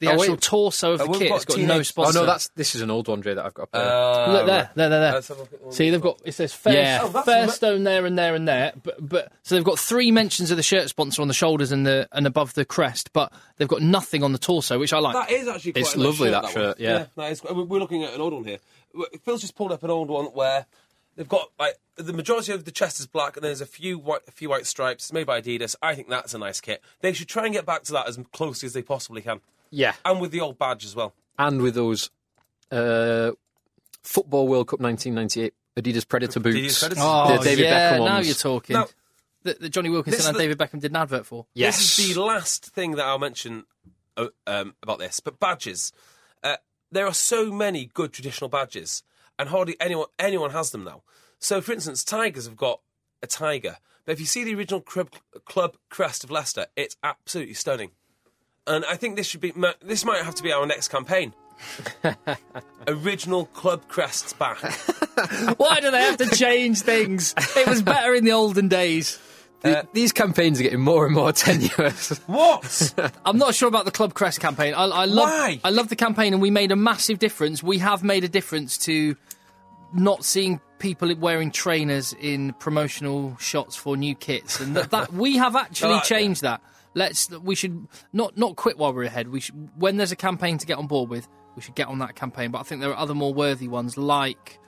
[SPEAKER 2] The
[SPEAKER 4] Oh,
[SPEAKER 2] actual
[SPEAKER 4] wait.
[SPEAKER 2] torso of
[SPEAKER 3] Oh,
[SPEAKER 2] the
[SPEAKER 3] we've
[SPEAKER 2] kit
[SPEAKER 3] got
[SPEAKER 2] has got
[SPEAKER 3] teenage-
[SPEAKER 2] no
[SPEAKER 3] Oh,
[SPEAKER 4] Oh
[SPEAKER 2] sponsor.
[SPEAKER 4] no, that's this is an old one, Jay, that I've got.
[SPEAKER 3] uh,
[SPEAKER 2] Look there,
[SPEAKER 3] Ah, right.
[SPEAKER 2] there, there, there.
[SPEAKER 3] Let's have a look at one
[SPEAKER 2] See, they've got it says fair,
[SPEAKER 4] Yeah.
[SPEAKER 3] Oh, that's
[SPEAKER 2] fair
[SPEAKER 3] ma-
[SPEAKER 2] stone there and there and there. But but so they've got three mentions of the shirt sponsor on the shoulders and the and above the crest, but they've got nothing on the torso, which I like.
[SPEAKER 3] That is actually quite
[SPEAKER 4] It's
[SPEAKER 3] a nice
[SPEAKER 4] lovely,
[SPEAKER 3] shirt,
[SPEAKER 4] that
[SPEAKER 3] one.
[SPEAKER 4] shirt, yeah.
[SPEAKER 3] that is- we're we're looking at an old one here. Phil's just pulled up an old one where they've got like the majority of the chest is black, and there's a few white, a few white stripes made by Adidas. I think that's a nice kit. They should try and get back to that as closely as they possibly can,
[SPEAKER 4] yeah,
[SPEAKER 3] and with the old badge as well.
[SPEAKER 4] and with those uh, football World Cup 1998 Adidas Predator boots.
[SPEAKER 3] Predator-
[SPEAKER 2] oh,
[SPEAKER 4] The David
[SPEAKER 2] yeah,
[SPEAKER 4] Beckham
[SPEAKER 2] now
[SPEAKER 4] ones.
[SPEAKER 2] you're talking.
[SPEAKER 3] Now-
[SPEAKER 2] that, that Johnny
[SPEAKER 3] This
[SPEAKER 2] Wilkinson and
[SPEAKER 3] is the-
[SPEAKER 2] David Beckham did an advert for.
[SPEAKER 4] yes,
[SPEAKER 3] This is the last thing that I'll mention uh, um, about this. But badges, uh, there are so many good traditional badges, and hardly anyone anyone has them now. So, for instance, tigers have got a tiger, But if you see the original club, club crest of Leicester, it's absolutely stunning. And I think this should be ma- this might have to be our next campaign. original club crests back.
[SPEAKER 2] Why do they have to change things? It was better in the olden days.
[SPEAKER 4] Th- These campaigns are getting more and more tenuous.
[SPEAKER 3] What?
[SPEAKER 2] I'm not sure about the Club Crest campaign. I, I love
[SPEAKER 3] Why?
[SPEAKER 2] I love the campaign, and we made a massive difference. We have made a difference to not seeing people wearing trainers in promotional shots for new kits, and that, that we have actually
[SPEAKER 3] Right, yeah.
[SPEAKER 2] changed that. Let's we should not not quit while we're ahead. We should when there's a campaign to get on board with, we should get on that campaign. But I think there are other more worthy ones, like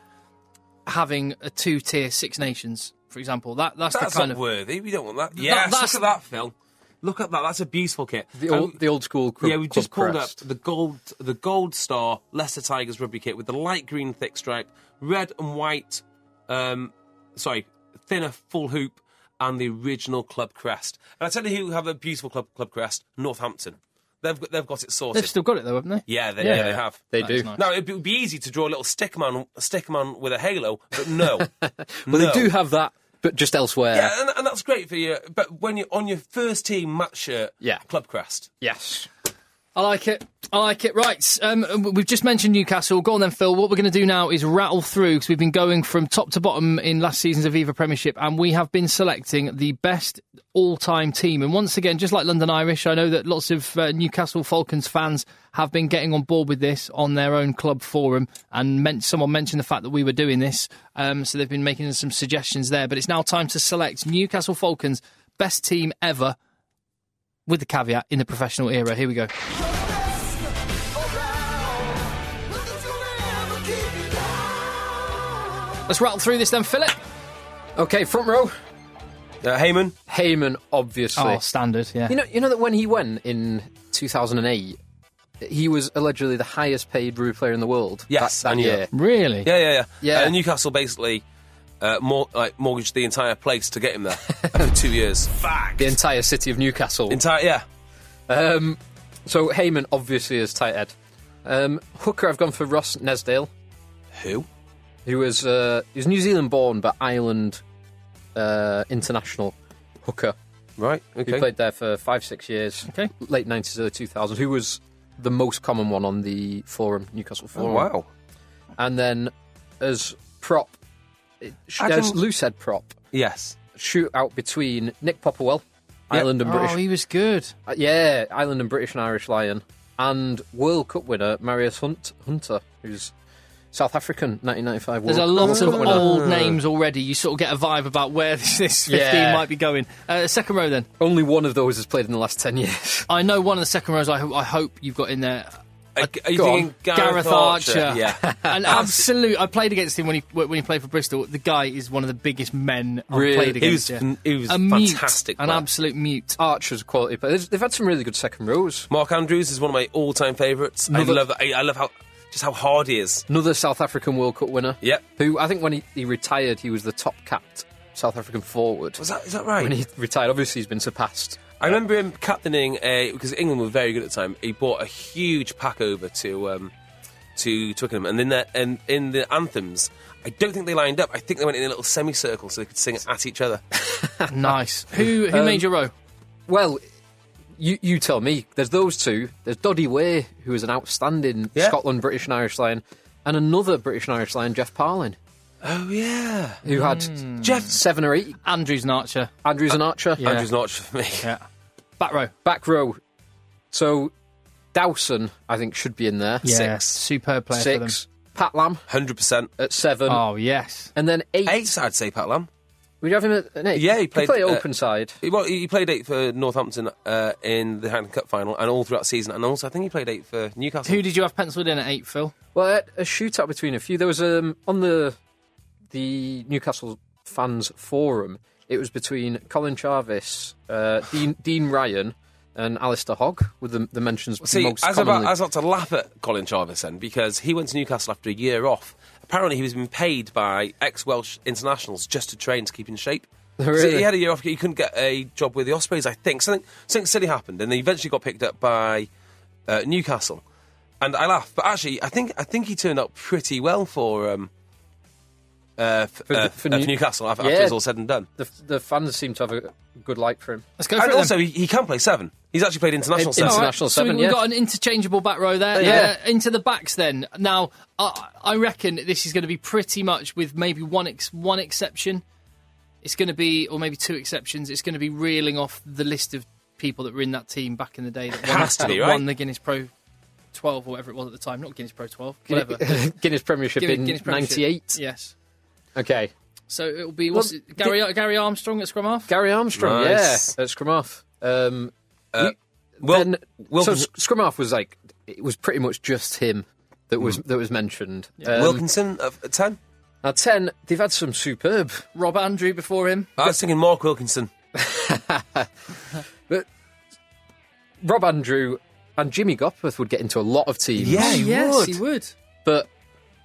[SPEAKER 2] having a two tier Six Nations, for example. That that's,
[SPEAKER 3] That's
[SPEAKER 2] the kind
[SPEAKER 3] not
[SPEAKER 2] of
[SPEAKER 3] worthy. We don't want that. Yes,
[SPEAKER 2] that's-
[SPEAKER 3] look at that, Phil. Look at that. That's a beautiful kit.
[SPEAKER 4] The
[SPEAKER 3] And-
[SPEAKER 4] old, the old school club,
[SPEAKER 3] yeah, we
[SPEAKER 4] club
[SPEAKER 3] just pulled
[SPEAKER 4] crest.
[SPEAKER 3] up the gold, the gold star Leicester Tigers rugby kit with the light green thick stripe, red and white, um, sorry, thinner full hoop, and the original club crest. And I tell you who have a beautiful club club crest: Northampton. They've got, they've got it sorted.
[SPEAKER 2] they've still got it though, haven't they?
[SPEAKER 3] yeah, they,
[SPEAKER 2] Yeah.
[SPEAKER 3] yeah. they have.
[SPEAKER 4] They
[SPEAKER 2] That
[SPEAKER 4] do.
[SPEAKER 2] is nice.
[SPEAKER 3] Now it'd be- it'd be easy to draw a little stick man, a stick man with a halo, but no. well,
[SPEAKER 4] Well, they do have that, but just elsewhere.
[SPEAKER 3] Yeah, Uh, and, and that's great for you. But when you're on your first team match shirt,
[SPEAKER 4] Yeah.
[SPEAKER 3] club crest.
[SPEAKER 4] Yes.
[SPEAKER 2] I like it. I like it. Right. Um, we've just mentioned Newcastle. Go on then, Phil. What we're going to do now is rattle through because we've been going from top to bottom in last season's Aviva Premiership and we have been selecting the best all time team. And once again, just like London Irish, I know that lots of uh, Newcastle Falcons fans have been getting on board with this on their own club forum. And meant, someone mentioned the fact that we were doing this. Um, so they've been making some suggestions there. But it's now time to select Newcastle Falcons best team ever with the caveat in the professional era. Here we go. Let's rattle through this then, Philip.
[SPEAKER 4] Okay, front row.
[SPEAKER 3] Uh, Heyman,
[SPEAKER 4] Heyman, obviously.
[SPEAKER 2] Oh, standard, yeah.
[SPEAKER 4] You know, you know that when he went in 2008, he was allegedly the highest paid rugby player in the world.
[SPEAKER 3] Yes,
[SPEAKER 4] that,
[SPEAKER 3] I
[SPEAKER 4] that
[SPEAKER 3] knew
[SPEAKER 4] year.
[SPEAKER 3] that.
[SPEAKER 2] really?
[SPEAKER 3] Yeah, yeah, yeah.
[SPEAKER 4] Yeah.
[SPEAKER 3] Uh, Newcastle basically uh, mor- like mortgaged the entire place to get him there for two years.
[SPEAKER 4] The entire city of Newcastle.
[SPEAKER 3] Entire, yeah.
[SPEAKER 4] Um, so Heyman obviously is tight end. Um, hooker, I've gone for Ross Nesdale,
[SPEAKER 3] Who?
[SPEAKER 4] who is uh, he's New Zealand born but Ireland uh, international hooker.
[SPEAKER 3] Right.
[SPEAKER 4] He
[SPEAKER 3] Okay.
[SPEAKER 4] played there for five, six years.
[SPEAKER 2] Okay.
[SPEAKER 4] Late nineties, early two thousand. Who was the most common one on the forum, Newcastle
[SPEAKER 3] Oh,
[SPEAKER 4] forum?
[SPEAKER 3] wow.
[SPEAKER 4] And then as prop, it, sh-
[SPEAKER 3] Adam-
[SPEAKER 4] as Lou said, prop
[SPEAKER 3] Yes.
[SPEAKER 4] shootout between Nick Popperwell,
[SPEAKER 3] Yeah.
[SPEAKER 4] Ireland and British.
[SPEAKER 2] Oh, he was good.
[SPEAKER 4] Uh, yeah, Ireland and British and Irish Lion. And World Cup winner Marius Hunt, Hunter, who's South African 1995 World,
[SPEAKER 2] There's a lot
[SPEAKER 4] World Cup
[SPEAKER 2] of
[SPEAKER 4] winner.
[SPEAKER 2] old names already. You sort of get a vibe about where this, this 15
[SPEAKER 4] Yeah.
[SPEAKER 2] might be going. Uh, second row then.
[SPEAKER 4] Only one of those has played in the last 10 years.
[SPEAKER 2] I know one of the second rows I, ho- I hope you've got in there.
[SPEAKER 3] Are, Uh, are you
[SPEAKER 4] Uh, go
[SPEAKER 3] thinking
[SPEAKER 4] on.
[SPEAKER 3] Gareth, Archer? Yeah.
[SPEAKER 2] An absolute. I played against him when he when he played for Bristol. The guy is one of the biggest men I've
[SPEAKER 4] Really?
[SPEAKER 2] played
[SPEAKER 4] He
[SPEAKER 2] against.
[SPEAKER 3] was-
[SPEAKER 2] yeah.
[SPEAKER 3] he was
[SPEAKER 2] a mute,
[SPEAKER 3] fantastic
[SPEAKER 2] an
[SPEAKER 3] player.
[SPEAKER 2] absolute mute.
[SPEAKER 4] Archer's a quality player. They've- They've had some really good second rows.
[SPEAKER 3] Mark Andrews is one of my all-time favourites. I
[SPEAKER 4] Another-
[SPEAKER 3] love. I, I love how just how hard he is.
[SPEAKER 4] Another South African World Cup winner.
[SPEAKER 3] Yep.
[SPEAKER 4] Who I think when he, he retired, he was the top capped South African forward.
[SPEAKER 3] Was that? Is that right?
[SPEAKER 4] When he retired, obviously he's been surpassed.
[SPEAKER 3] I remember him captaining a because England were very good at the time. He brought a huge pack over to um, to Twickenham, and in the and in the anthems, I don't think they lined up. I think they went in a little semicircle so they could sing at each other.
[SPEAKER 2] nice. Who
[SPEAKER 3] Um,
[SPEAKER 2] who made your row?
[SPEAKER 4] Well, you you tell me. There's those two. There's Doddy Way, who is an outstanding
[SPEAKER 3] Yeah.
[SPEAKER 4] Scotland British and Irish lion, and another British and Irish lion, Jeff Parlin,
[SPEAKER 3] Oh yeah,
[SPEAKER 4] who had
[SPEAKER 3] Jeff
[SPEAKER 4] seven or eight
[SPEAKER 2] Andrews and Archer.
[SPEAKER 4] Andrews and Archer.
[SPEAKER 2] Yeah.
[SPEAKER 3] Andrew's not for me.
[SPEAKER 2] Back row.
[SPEAKER 4] Back row. So Dowson, I think, should be in there.
[SPEAKER 2] Yeah, Superb player for them.
[SPEAKER 4] Six. Pat Lamb
[SPEAKER 3] Hundred percent.
[SPEAKER 4] at seven,
[SPEAKER 2] Oh yes.
[SPEAKER 4] and then eight.
[SPEAKER 3] Eight, I'd say Pat Lam.
[SPEAKER 4] Would you have him at an eight?
[SPEAKER 3] Yeah, he played,
[SPEAKER 4] played
[SPEAKER 3] uh,
[SPEAKER 4] open side.
[SPEAKER 3] He, well, he played eight for Northampton uh, in the Heineken Cup final, and all throughout the season, and also I think he played eight for Newcastle.
[SPEAKER 2] Who did you have penciled in at eight, Phil?
[SPEAKER 4] Well, I had a shootout between a few. There was um, on the the Newcastle fans forum. It was between Colin Jarvis, uh, Dean, Dean Ryan, and Alistair Hogg with the, the mentions
[SPEAKER 3] See,
[SPEAKER 4] most
[SPEAKER 3] as
[SPEAKER 4] commonly.
[SPEAKER 3] about as not to laugh at Colin Jarvis then, because he went to Newcastle after a year off. Apparently, he was being paid by ex-Welsh internationals just to train to keep in shape.
[SPEAKER 4] Oh, Really?
[SPEAKER 3] So he had a year off. He couldn't get a job with the Ospreys, I think. Something something silly happened, and he eventually got picked up by uh, Newcastle. And I laugh, but actually, I think I think he turned out pretty well for um, uh, f-
[SPEAKER 4] For-
[SPEAKER 3] uh,
[SPEAKER 4] for
[SPEAKER 3] uh,
[SPEAKER 4] New-
[SPEAKER 3] for Newcastle after,
[SPEAKER 4] Yeah.
[SPEAKER 3] after it's all said and done.
[SPEAKER 4] The, the fans seem to have a good like for him.
[SPEAKER 2] Let's go for
[SPEAKER 3] And
[SPEAKER 2] it. then.
[SPEAKER 3] also, he, he can play seven. He's actually played international
[SPEAKER 4] In-
[SPEAKER 3] seven.
[SPEAKER 4] international-
[SPEAKER 2] so
[SPEAKER 4] seven,
[SPEAKER 2] we've
[SPEAKER 4] yeah.
[SPEAKER 2] got an interchangeable back row there.
[SPEAKER 4] Yeah.
[SPEAKER 2] Uh, into the backs then. Now, I I reckon this is going to be pretty much, with maybe one ex- one exception, it's going to be, or maybe two exceptions, it's going to be reeling off the list of people that were in that team back in the day that won,
[SPEAKER 3] Has to be,
[SPEAKER 2] that won
[SPEAKER 3] right?
[SPEAKER 2] the Guinness Pro 12 or whatever it was at the time. Not Guinness Pro 12, whatever.
[SPEAKER 4] Guinness Premiership
[SPEAKER 2] Guinness-
[SPEAKER 4] in
[SPEAKER 2] Guinness Premiership.
[SPEAKER 4] '98.
[SPEAKER 2] Yes.
[SPEAKER 4] Okay,
[SPEAKER 2] So it'll be what's
[SPEAKER 4] Well,
[SPEAKER 2] it, Gary, Gary Armstrong at scrum half.
[SPEAKER 4] Gary Armstrong.
[SPEAKER 3] Nice.
[SPEAKER 4] Yeah, at scrum off. Um,
[SPEAKER 3] Wil-
[SPEAKER 4] then, so
[SPEAKER 3] Wilkins-
[SPEAKER 4] S- scrum half was like it was pretty much just him that
[SPEAKER 3] Mm.
[SPEAKER 4] was that was mentioned. Um,
[SPEAKER 3] Wilkinson at at ten.
[SPEAKER 4] Now ten, they've had some superb.
[SPEAKER 2] Rob Andrew before him.
[SPEAKER 3] I was thinking Mark Wilkinson.
[SPEAKER 4] Rob Andrew and Jimmy Gopworth would get into a lot of teams.
[SPEAKER 3] Yeah, he
[SPEAKER 2] yes,
[SPEAKER 3] would.
[SPEAKER 2] he would.
[SPEAKER 4] but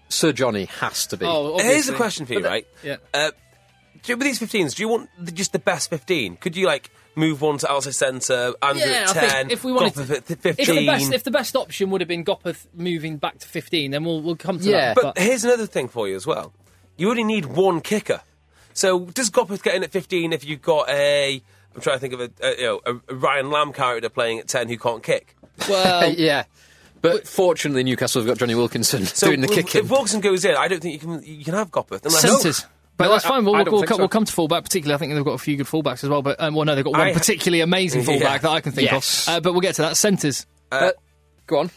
[SPEAKER 4] Sir Johnny has to be.
[SPEAKER 2] Oh,
[SPEAKER 3] Here's
[SPEAKER 2] obviously.
[SPEAKER 3] a question for you, right?
[SPEAKER 2] Yeah.
[SPEAKER 3] Uh, do, with these 15s, do you want the, just the best 15? Could you like move one to outside centre, Andrew
[SPEAKER 2] Yeah,
[SPEAKER 3] at
[SPEAKER 2] I
[SPEAKER 3] 10,
[SPEAKER 2] think if we wanted,
[SPEAKER 3] Goff
[SPEAKER 2] to-
[SPEAKER 3] at fi-
[SPEAKER 2] if the
[SPEAKER 3] 15?
[SPEAKER 2] best if the best option would have been Gopeth moving back to fifteen, then we'll we'll come to
[SPEAKER 4] Yeah.
[SPEAKER 2] that.
[SPEAKER 3] but, here's another thing for you as well. You only need one kicker. So does Gopeth get in at 15 if you've got a... I'm trying to think of a, a you know a, a Ryan Lamb character playing at 10 who can't kick.
[SPEAKER 4] Uh,
[SPEAKER 2] well,
[SPEAKER 4] yeah. But fortunately, Newcastle have got Johnny Wilkinson
[SPEAKER 3] So
[SPEAKER 4] doing the
[SPEAKER 3] if-
[SPEAKER 4] kicking.
[SPEAKER 3] If Wilkinson goes in, I don't think you can you can have Gopeth. Unless
[SPEAKER 2] centres. But
[SPEAKER 4] No,
[SPEAKER 2] that's
[SPEAKER 4] I-
[SPEAKER 2] fine. We'll,
[SPEAKER 4] I
[SPEAKER 2] we'll,
[SPEAKER 4] don't
[SPEAKER 2] we'll,
[SPEAKER 4] think
[SPEAKER 2] come-
[SPEAKER 4] so.
[SPEAKER 2] we'll come to fullback, particularly. I think they've got a few good fullbacks as well. But um, well, no, they've got one
[SPEAKER 3] I-
[SPEAKER 2] particularly amazing
[SPEAKER 3] Yeah.
[SPEAKER 2] fullback that I can think
[SPEAKER 4] Yes.
[SPEAKER 2] of. Uh, but we'll get to that. Centres.
[SPEAKER 4] Uh, go on.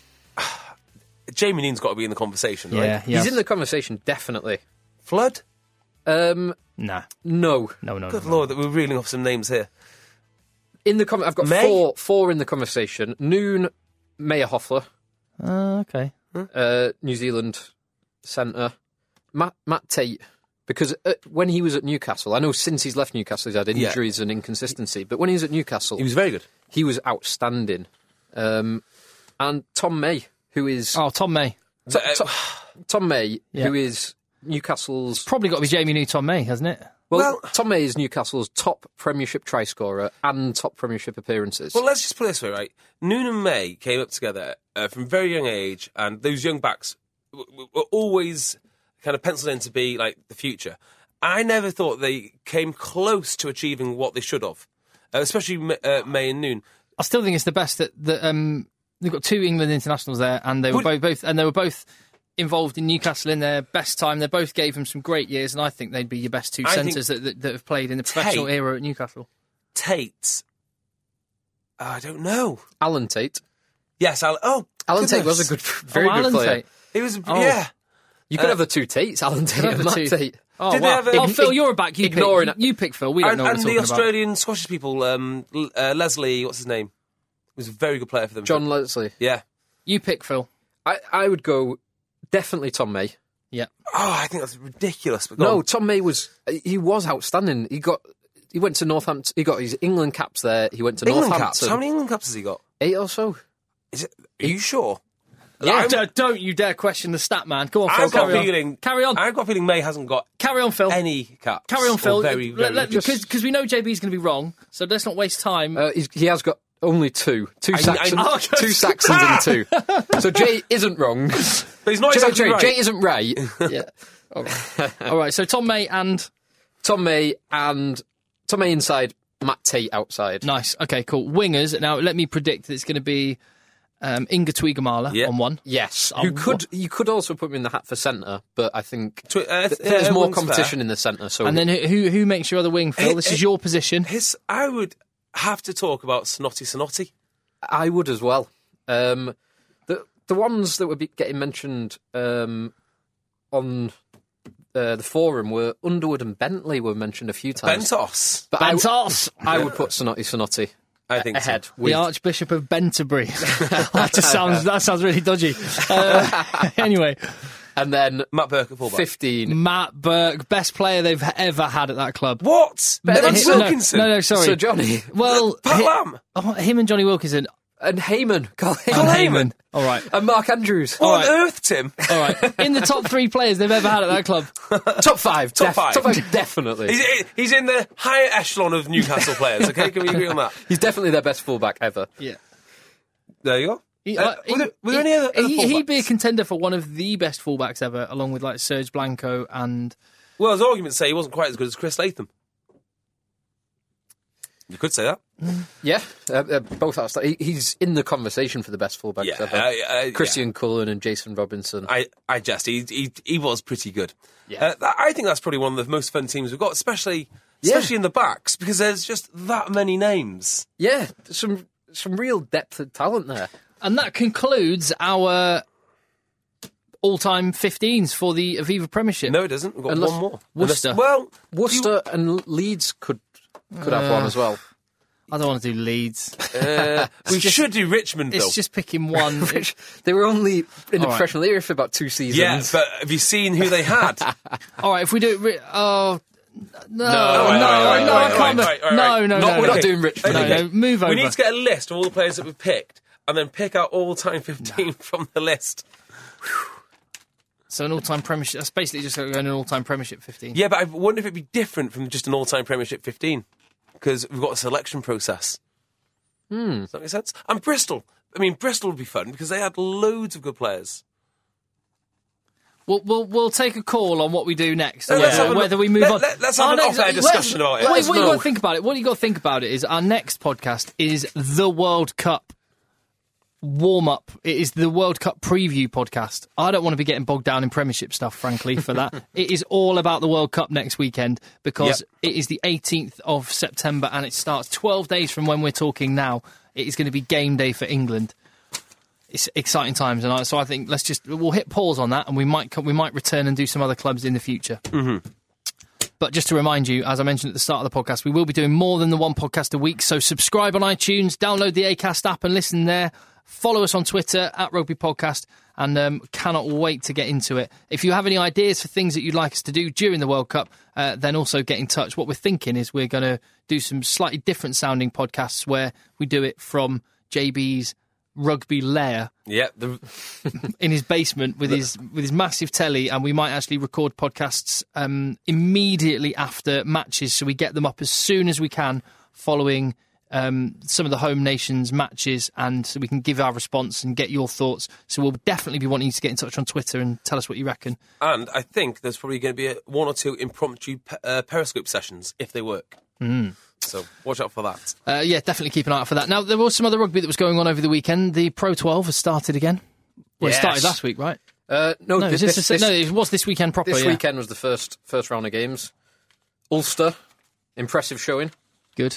[SPEAKER 3] Jamie Dean's got to be in the conversation, right?
[SPEAKER 4] He's in the conversation, definitely.
[SPEAKER 3] Flood?
[SPEAKER 4] Um,
[SPEAKER 2] Nah,
[SPEAKER 4] no.
[SPEAKER 2] no, no, no.
[SPEAKER 3] Good lord, that we're reeling off some names here.
[SPEAKER 4] In the com- I've got
[SPEAKER 3] May?
[SPEAKER 4] four four in the conversation. Noon, Mayor Hoffler,
[SPEAKER 2] Uh, okay.
[SPEAKER 4] uh, New Zealand centre. Matt, Matt Tate, because uh, when he was at Newcastle, I know since he's left Newcastle he's had
[SPEAKER 3] Yeah.
[SPEAKER 4] injuries and inconsistency, but when he was at Newcastle, he was,
[SPEAKER 3] very good.
[SPEAKER 4] outstanding. Um, and Tom May, who is
[SPEAKER 2] Oh, Tom May.
[SPEAKER 4] To-
[SPEAKER 3] uh,
[SPEAKER 4] to- Tom May,
[SPEAKER 2] Yeah.
[SPEAKER 4] who is Newcastle's
[SPEAKER 2] Probably got to be Jamie New Tom May, hasn't it?
[SPEAKER 4] well, Tom May is Newcastle's top Premiership try scorer and top Premiership appearances.
[SPEAKER 3] Well, let's just put it this way, right? Noon and May came up together uh, from very young age, and those young backs w- w- were always kind of penciled in to be like the future. I never thought they came close to achieving what they should have, uh, especially Ma- uh, May and Noon.
[SPEAKER 2] I still think it's the best that, that um, they've got two England internationals there, and they were both,
[SPEAKER 3] Would-
[SPEAKER 2] both and they were both involved in Newcastle in their best time. They both gave them some great years, and I think they'd be your best two
[SPEAKER 3] I think
[SPEAKER 2] centres that, that, that have played in the professional
[SPEAKER 3] Tate-
[SPEAKER 2] era at Newcastle.
[SPEAKER 3] Tate, uh, I don't know.
[SPEAKER 4] Alan Tate.
[SPEAKER 3] Yes, I'll, oh,
[SPEAKER 4] Alan Tate
[SPEAKER 3] goodness.
[SPEAKER 4] was a good, very
[SPEAKER 2] Oh,
[SPEAKER 4] good
[SPEAKER 2] Alan
[SPEAKER 4] player.
[SPEAKER 2] Tate.
[SPEAKER 3] He was,
[SPEAKER 2] Oh.
[SPEAKER 3] yeah.
[SPEAKER 4] You could
[SPEAKER 3] Uh,
[SPEAKER 4] have the two Tates, Alan Tate
[SPEAKER 2] have
[SPEAKER 4] and
[SPEAKER 2] the
[SPEAKER 4] Matt
[SPEAKER 2] two-
[SPEAKER 4] Tate.
[SPEAKER 2] Oh,
[SPEAKER 3] Did they
[SPEAKER 2] wow.
[SPEAKER 3] have a-
[SPEAKER 2] oh, Phil,
[SPEAKER 4] Ign-
[SPEAKER 2] you're a back. You
[SPEAKER 4] ignoring-
[SPEAKER 2] pick. You, you pick Phil. We don't
[SPEAKER 3] and
[SPEAKER 2] know what we're
[SPEAKER 3] and the
[SPEAKER 2] talking about.
[SPEAKER 3] Australian Scottish people, um, L- uh, Leslie, what's his name? Was a very good player for them.
[SPEAKER 4] John Leslie.
[SPEAKER 3] Yeah.
[SPEAKER 2] You pick Phil.
[SPEAKER 4] I, I would go definitely Tom May.
[SPEAKER 2] Yeah.
[SPEAKER 3] Oh, I think that's ridiculous. But go
[SPEAKER 4] No,
[SPEAKER 3] on.
[SPEAKER 4] Tom May was he was outstanding. He got he went to Northampton. He got his England caps there. He went to
[SPEAKER 3] England
[SPEAKER 4] Northampton.
[SPEAKER 3] caps. How many England caps has he got?
[SPEAKER 4] Eight or so.
[SPEAKER 3] Is it, are you sure?
[SPEAKER 2] Yeah,
[SPEAKER 3] I'm-
[SPEAKER 2] don't, don't you dare question the stat, man. Come on, Phil.
[SPEAKER 3] I've got
[SPEAKER 2] carry
[SPEAKER 3] a
[SPEAKER 2] on.
[SPEAKER 3] feeling.
[SPEAKER 2] Carry on.
[SPEAKER 3] I've got a feeling May hasn't got
[SPEAKER 2] Carry on, Phil.
[SPEAKER 3] any caps.
[SPEAKER 2] Carry on,
[SPEAKER 3] or
[SPEAKER 2] Phil.
[SPEAKER 3] Very, very
[SPEAKER 2] Because we know JB's going to be wrong, so let's not waste time.
[SPEAKER 4] Uh, he's, he has got only two, two
[SPEAKER 3] I- I-
[SPEAKER 4] Saxons,
[SPEAKER 3] Oh,
[SPEAKER 4] two Saxons and two. So Jay isn't wrong.
[SPEAKER 3] But he's not
[SPEAKER 4] Jay,
[SPEAKER 3] exactly
[SPEAKER 4] Jay,
[SPEAKER 3] right.
[SPEAKER 4] Jay isn't right.
[SPEAKER 2] yeah. All right. All right. So Tom May and
[SPEAKER 4] Tom May and Tom May inside, Matt Tate outside.
[SPEAKER 2] nice. Okay, cool. Wingers. Now let me predict that it's going to be um, Inga Twigamala
[SPEAKER 3] Yeah.
[SPEAKER 2] on one.
[SPEAKER 4] Yes,
[SPEAKER 2] Oh,
[SPEAKER 3] Um,
[SPEAKER 4] you could you could also put him in the hat for centre, but I think
[SPEAKER 3] Twi- uh,
[SPEAKER 4] th-
[SPEAKER 3] yeah,
[SPEAKER 4] there's more
[SPEAKER 3] everyone's fair.
[SPEAKER 4] competition in the centre. So
[SPEAKER 2] And then who- who who makes your other wing, Phil?
[SPEAKER 3] Hey,
[SPEAKER 2] This
[SPEAKER 3] hey.
[SPEAKER 2] is your position.
[SPEAKER 3] His, I would have to talk about Snotty Sonotti.
[SPEAKER 4] I would as well. Um, the the ones that were be getting mentioned um, on uh, the forum were Underwood and Bentley were mentioned a few times.
[SPEAKER 3] Bentos.
[SPEAKER 4] but I w-
[SPEAKER 2] Bentos,
[SPEAKER 4] I would put Sonotti Sonotti
[SPEAKER 3] I think so.
[SPEAKER 4] ahead.
[SPEAKER 2] the Archbishop of Benterbury. that just sounds that sounds really dodgy. Uh, anyway,
[SPEAKER 4] and then
[SPEAKER 3] Matt Burke at fullback.
[SPEAKER 4] 15.
[SPEAKER 2] Matt Burke, best player they've ever had at that club.
[SPEAKER 3] What?
[SPEAKER 2] No,
[SPEAKER 3] Evan
[SPEAKER 2] he- no,
[SPEAKER 3] Wilkinson.
[SPEAKER 2] No, no, sorry.
[SPEAKER 4] So Johnny
[SPEAKER 2] well,
[SPEAKER 3] Pat
[SPEAKER 2] hi-
[SPEAKER 3] Lam.
[SPEAKER 2] oh, him and Johnny Wilkinson.
[SPEAKER 4] and Heyman, Carl Heyman,
[SPEAKER 2] and
[SPEAKER 3] Heyman.
[SPEAKER 2] Heyman. All right.
[SPEAKER 4] and Mark Andrews.
[SPEAKER 3] What
[SPEAKER 2] All
[SPEAKER 3] on earth, Tim?
[SPEAKER 2] All right. In the top three players they've ever had at that club.
[SPEAKER 4] top five,
[SPEAKER 3] Top
[SPEAKER 4] def-
[SPEAKER 3] five.
[SPEAKER 4] top five, definitely.
[SPEAKER 3] He's, he's in the higher echelon of Newcastle players, okay? Can we agree on that?
[SPEAKER 4] He's definitely their best fullback ever.
[SPEAKER 2] Yeah.
[SPEAKER 3] There you go.
[SPEAKER 2] He,
[SPEAKER 3] Uh,
[SPEAKER 2] like,
[SPEAKER 3] were there, were there
[SPEAKER 2] he-
[SPEAKER 3] any other, other
[SPEAKER 2] he, would be a
[SPEAKER 3] fullbacks?
[SPEAKER 2] contender for one of the best fullbacks ever, along with like Serge Blanco and
[SPEAKER 3] Well, his arguments say he wasn't quite as good as Chris Latham. You could say that.
[SPEAKER 4] Yeah, uh, uh, both are. He, he's in the conversation for the best fullbacks
[SPEAKER 3] Yeah,
[SPEAKER 4] ever.
[SPEAKER 3] I- I-
[SPEAKER 4] Christian Cullen and Jason Robinson.
[SPEAKER 3] I, I just he, he he was pretty good.
[SPEAKER 4] Yeah.
[SPEAKER 3] Uh, that- I think that's probably one of the most fun teams we've got, especially
[SPEAKER 4] Yeah.
[SPEAKER 3] especially in the backs because there's just that many names.
[SPEAKER 4] yeah, some some real depth of talent there.
[SPEAKER 2] And that concludes our all-time 15s for the Aviva Premiership.
[SPEAKER 3] No, it doesn't. We've got
[SPEAKER 4] Unless-
[SPEAKER 3] one more.
[SPEAKER 2] Worcester.
[SPEAKER 3] Unless- well,
[SPEAKER 4] Worcester and Leeds could could have one as well.
[SPEAKER 2] I don't want to do Leeds.
[SPEAKER 3] uh, we
[SPEAKER 2] just-
[SPEAKER 3] should do Richmond though.
[SPEAKER 2] It's just picking one.
[SPEAKER 4] Which they were only in the
[SPEAKER 2] right.
[SPEAKER 4] professional area for about two seasons.
[SPEAKER 3] yeah, but have you seen who they had? Oh,
[SPEAKER 2] All right, if we do, ri- oh no, no,
[SPEAKER 3] All right, all right,
[SPEAKER 2] Oh, no,
[SPEAKER 3] all
[SPEAKER 2] I
[SPEAKER 3] right,
[SPEAKER 2] can't.
[SPEAKER 3] all right, all right, all
[SPEAKER 2] No, no,
[SPEAKER 3] right.
[SPEAKER 4] Not-
[SPEAKER 2] no.
[SPEAKER 4] we're
[SPEAKER 2] no.
[SPEAKER 4] not doing Richmond.
[SPEAKER 2] No,
[SPEAKER 4] Okay.
[SPEAKER 2] no, move over.
[SPEAKER 3] We need to get a list of all the players that we've picked and then pick out all time 15 from the list.
[SPEAKER 2] So an all-time Premiership. That's basically just going an all-time Premiership 15.
[SPEAKER 3] Yeah, but I wonder if it'd be different from just an all time Premiership 15 because we've got a selection process. Hmm. Does that make sense? And Bristol. I mean, Bristol would be fun because they had loads of good players.
[SPEAKER 2] We'll, we'll we'll take a call on what we do next,
[SPEAKER 3] Let- let's
[SPEAKER 2] whether,
[SPEAKER 3] have a-
[SPEAKER 2] whether we move
[SPEAKER 3] let-
[SPEAKER 2] on.
[SPEAKER 3] let- let's have
[SPEAKER 2] Our
[SPEAKER 3] an
[SPEAKER 2] next-
[SPEAKER 3] off-air
[SPEAKER 2] let's-
[SPEAKER 3] discussion about it.
[SPEAKER 2] Wait,
[SPEAKER 3] Let us
[SPEAKER 2] what you got
[SPEAKER 3] know.
[SPEAKER 2] to think about it? What you got to think about it is our next podcast is the World Cup warm up. It is the World Cup preview podcast. I don't want to be getting bogged down in Premiership stuff, frankly. For that, it is all about the World Cup next weekend because it is the 18th of September and it starts 12 days from when we're talking now. It is going to be game day for England. It's exciting times, and I, so I think let's just we'll hit pause on that, and we might co- we might return and do some other clubs in the future. But just to remind you, as I mentioned at the start of the podcast, we will be doing more than the one podcast a week. So subscribe on iTunes, download the ACAST app and listen there. Follow us on Twitter at Rugby Podcast and um, cannot wait to get into it. If you have any ideas for things that you'd like us to do during the World Cup, uh, then also get in touch. What we're thinking is we're going to do some slightly different sounding podcasts where we do it from JB's rugby lair
[SPEAKER 3] Yeah, the,
[SPEAKER 2] in his basement with his with his massive telly, and we might actually record podcasts um, immediately after matches, so we get them up as soon as we can following um, some of the home nations matches, and so we can give our response and get your thoughts. So we'll definitely be wanting you to get in touch on Twitter and tell us what you reckon.
[SPEAKER 3] and I think there's probably going to be a, one or two impromptu pe- uh, Periscope sessions if they work.
[SPEAKER 2] Hmm.
[SPEAKER 3] So watch out for that.
[SPEAKER 2] Uh, yeah, definitely keep an eye out for that. Now there was some other rugby that was going on over the weekend. The Pro 12 has started again. Well, it started
[SPEAKER 4] Yes.
[SPEAKER 2] last week, right?
[SPEAKER 4] Uh, no,
[SPEAKER 2] No,
[SPEAKER 4] this,
[SPEAKER 2] is this,
[SPEAKER 4] this-
[SPEAKER 2] the-
[SPEAKER 4] this-
[SPEAKER 2] no, it was this weekend proper.
[SPEAKER 4] this
[SPEAKER 2] yeah.
[SPEAKER 4] weekend was the first first round of games. Ulster, impressive showing.
[SPEAKER 2] good.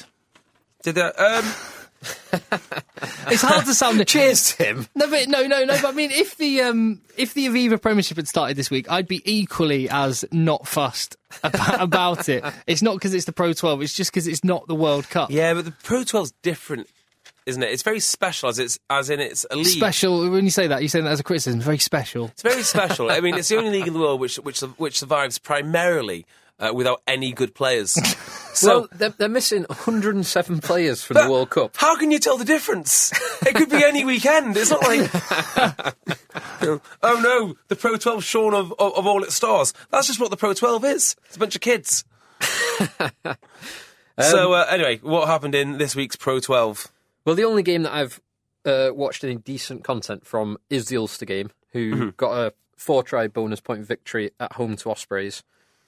[SPEAKER 3] Did there, um,
[SPEAKER 2] It's hard to sound.
[SPEAKER 4] Cheers, Tim.
[SPEAKER 2] No, but no, no, no. But I mean, if the um, if the Aviva Premiership had started this week, I'd be equally as not fussed about, about it. It's not because it's the Pro 12; it's just because it's not the World Cup.
[SPEAKER 3] yeah, but the Pro 12's different, isn't it? It's very special as it's as in it's a league.
[SPEAKER 2] Special. When you say that, you say that as a criticism. Very special.
[SPEAKER 3] It's very special. I mean, it's the only league in the world which which which survives primarily uh, without any good players. So.
[SPEAKER 4] well, they're, they're missing 107 players from
[SPEAKER 3] but
[SPEAKER 4] the World Cup.
[SPEAKER 3] How can you tell the difference? It could be any weekend. It's not like, oh no, the Pro 12 shorn of, of, of all its stars. That's just what the Pro 12 is. It's a bunch of kids. so
[SPEAKER 4] Um,
[SPEAKER 3] uh, anyway, what happened in this week's Pro 12?
[SPEAKER 4] Well, the only game that I've uh, watched any decent content from is the Ulster game, who
[SPEAKER 3] Mm-hmm.
[SPEAKER 4] got a four try bonus point victory at home to Ospreys.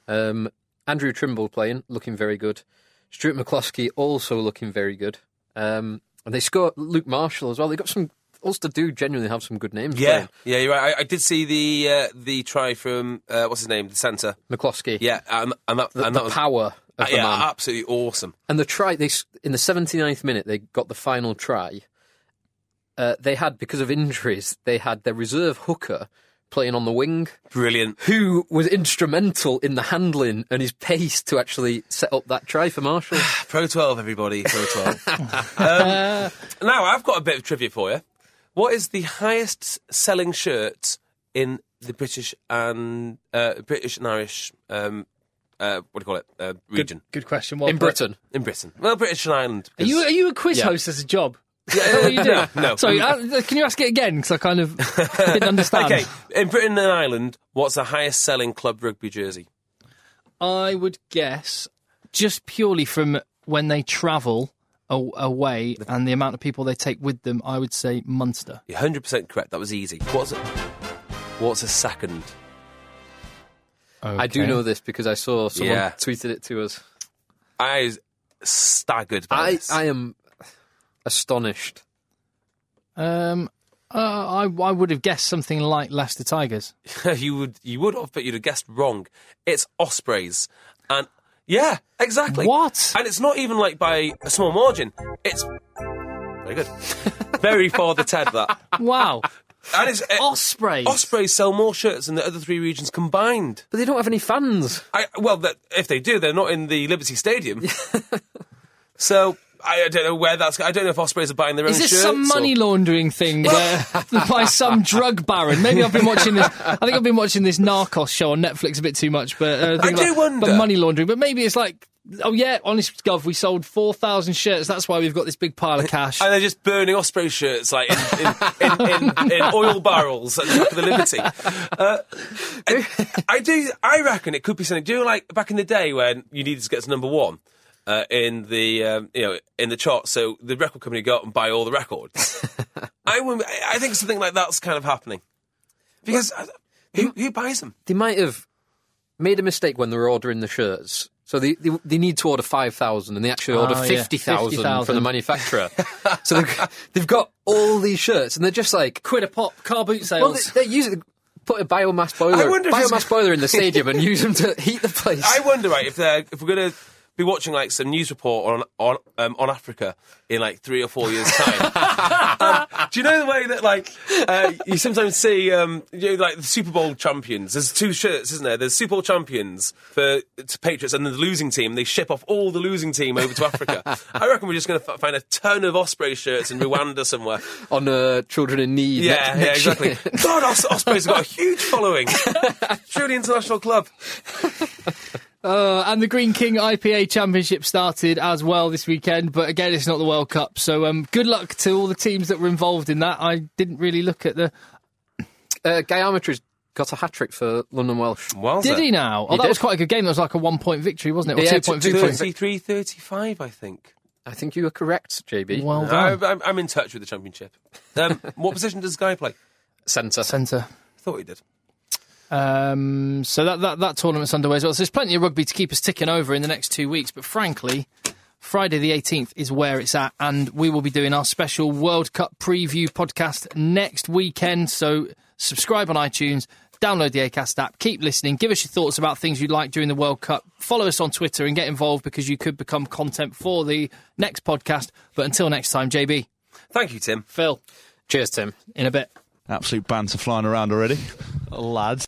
[SPEAKER 4] Um, Andrew Trimble playing, looking very good. Stuart McCloskey also looking very good. Um, and they scored Luke Marshall as well. They got some Ulster do genuinely have some good names.
[SPEAKER 3] Yeah, yeah, you're right. I, I did see the uh, the try from uh, what's his name, the centre.
[SPEAKER 4] playing. McCloskey.
[SPEAKER 3] Yeah, and, and that
[SPEAKER 4] the,
[SPEAKER 3] and
[SPEAKER 4] the
[SPEAKER 3] that was
[SPEAKER 4] power of the
[SPEAKER 3] Uh, yeah,
[SPEAKER 4] man.
[SPEAKER 3] absolutely awesome.
[SPEAKER 4] And the try they s- in the 79th minute they got the final try. Uh, they had because of injuries they had their reserve hooker playing on the wing,
[SPEAKER 3] Brilliant.
[SPEAKER 4] who was instrumental in the handling and his pace to actually set up that try for Marshall.
[SPEAKER 3] Pro 12, everybody. Pro 12. um, now, I've got a bit of trivia for you. What is the highest selling shirt in the British and uh, British and Irish, um, uh, what do you call it, uh, region?
[SPEAKER 2] Good question. Well
[SPEAKER 4] in
[SPEAKER 2] put.
[SPEAKER 4] Britain,
[SPEAKER 3] In Britain. Well, British and Ireland.
[SPEAKER 2] Are you are you a quiz
[SPEAKER 4] Yeah.
[SPEAKER 2] host as a job?
[SPEAKER 3] Yeah,
[SPEAKER 2] What you do?
[SPEAKER 3] no, no.
[SPEAKER 2] Sorry, uh, can you ask it again? Because I kind of didn't understand.
[SPEAKER 3] Okay, in Britain and Ireland, what's the highest selling club rugby jersey?
[SPEAKER 2] I would guess just purely from when they travel a- away and the amount of people they take with them. I would say Munster.
[SPEAKER 3] You're 100% correct. That was easy. What's, what's a second?
[SPEAKER 4] I do
[SPEAKER 2] Okay.
[SPEAKER 4] know this because I saw someone
[SPEAKER 3] Yeah.
[SPEAKER 4] tweeted it to us.
[SPEAKER 3] I was staggered by
[SPEAKER 4] I,
[SPEAKER 3] this.
[SPEAKER 4] I am astonished.
[SPEAKER 2] Um, uh, I I would have guessed something like Leicester Tigers.
[SPEAKER 3] you would you would have, but you'd have guessed wrong. It's ospreys, and yeah, exactly.
[SPEAKER 2] What?
[SPEAKER 3] And it's not even like by a small margin. It's very good, very Father Ted that.
[SPEAKER 2] Wow,
[SPEAKER 3] And it's it-
[SPEAKER 2] Ospreys.
[SPEAKER 3] Ospreys sell more shirts than the other three regions combined.
[SPEAKER 4] But they don't have any fans.
[SPEAKER 3] I, well, that, if they do, they're not in the Liberty Stadium. so I, I don't know where that's. I don't know if Ospreys are buying their own.
[SPEAKER 2] Is this
[SPEAKER 3] shirts
[SPEAKER 2] some money
[SPEAKER 3] or-
[SPEAKER 2] laundering thing where, by some drug baron? Maybe I've been watching this. I think I've been watching this Narcos show on Netflix a bit too much, but uh, think
[SPEAKER 3] do
[SPEAKER 2] about-
[SPEAKER 3] wonder.
[SPEAKER 2] But money laundering, but maybe it's like, oh yeah, honest gov, we sold four thousand shirts. That's why we've got this big pile of cash.
[SPEAKER 3] And they're just burning Osprey shirts like in, in, in, in, in oil barrels at the back of the Liberty. Uh, I- I do. I reckon it could be something. Do you know, like back in the day when you needed to get to number one uh, in the um, you know in the chart, so the record company would go out and buy all the records. I wouldn't- I I think something like that's kind of happening because uh, who, who buys them?
[SPEAKER 4] They might have made a mistake when they were ordering the shirts. So they, they, they need to order 5,000 and they actually order
[SPEAKER 2] Oh, yeah.
[SPEAKER 4] 50,000 from the
[SPEAKER 2] 50,000.
[SPEAKER 4] manufacturer. so they've, they've got all these shirts and they're just like,
[SPEAKER 2] Quid a pop, car boot
[SPEAKER 4] well,
[SPEAKER 2] sales.
[SPEAKER 4] they, they use it, put a biomass boiler,
[SPEAKER 3] I wonder if it's-
[SPEAKER 4] biomass boiler in the stadium and use them to heat the place.
[SPEAKER 3] I wonder, right, if they're if we're gonna be watching like some news report on on um, on Africa in like three or four years' time. um, do you know the way that like uh, you sometimes see um, you know, like the Super Bowl champions? There's two shirts, isn't there? There's Super Bowl champions for to Patriots, and then the losing team. They ship off all the losing team over to Africa. I reckon we're just gonna f- find a ton of Osprey shirts in Rwanda somewhere.
[SPEAKER 4] on uh, children in need.
[SPEAKER 3] Yeah,
[SPEAKER 4] next-
[SPEAKER 3] yeah,
[SPEAKER 4] next
[SPEAKER 3] exactly.
[SPEAKER 4] year.
[SPEAKER 3] God, Os- Ospreys have got a huge following. Truly international club.
[SPEAKER 2] Uh, and the Green King IPA Championship started as well this weekend, but again, it's not the World Cup. So um, good luck to all the teams that were involved in that. I didn't really look at the.
[SPEAKER 4] Uh, Gyometry's got a hat trick for London Welsh.
[SPEAKER 3] Well,
[SPEAKER 2] Did he now? Oh,
[SPEAKER 4] He
[SPEAKER 2] that
[SPEAKER 4] did.
[SPEAKER 2] was quite a good game. That was like a one point victory, wasn't it? Or
[SPEAKER 4] Yeah,
[SPEAKER 2] two
[SPEAKER 4] two-
[SPEAKER 2] point
[SPEAKER 4] two
[SPEAKER 2] victory.
[SPEAKER 4] points.
[SPEAKER 3] 33 35, I think.
[SPEAKER 4] I think you were correct, JB.
[SPEAKER 2] Well
[SPEAKER 3] I,
[SPEAKER 2] done.
[SPEAKER 3] I'm, I'm in touch with the championship. Um, what position does Guy play?
[SPEAKER 4] Centre.
[SPEAKER 2] Centre.
[SPEAKER 3] I thought he did.
[SPEAKER 2] Um, so that, that that tournament's underway as well. So there's plenty of rugby to keep us ticking over in the next two weeks. But frankly, Friday the 18th is where it's at, and we will be doing our special World Cup preview podcast next weekend. So subscribe on iTunes. Download the ACAST app, keep listening, give us your thoughts about things you'd like during the World Cup, follow us on Twitter and get involved because you could become content for the next podcast. But until next time, JB,
[SPEAKER 3] Thank you, Tim.
[SPEAKER 2] Phil,
[SPEAKER 4] Cheers, Tim.
[SPEAKER 2] in a bit.
[SPEAKER 6] Absolute banter flying around already. Lads.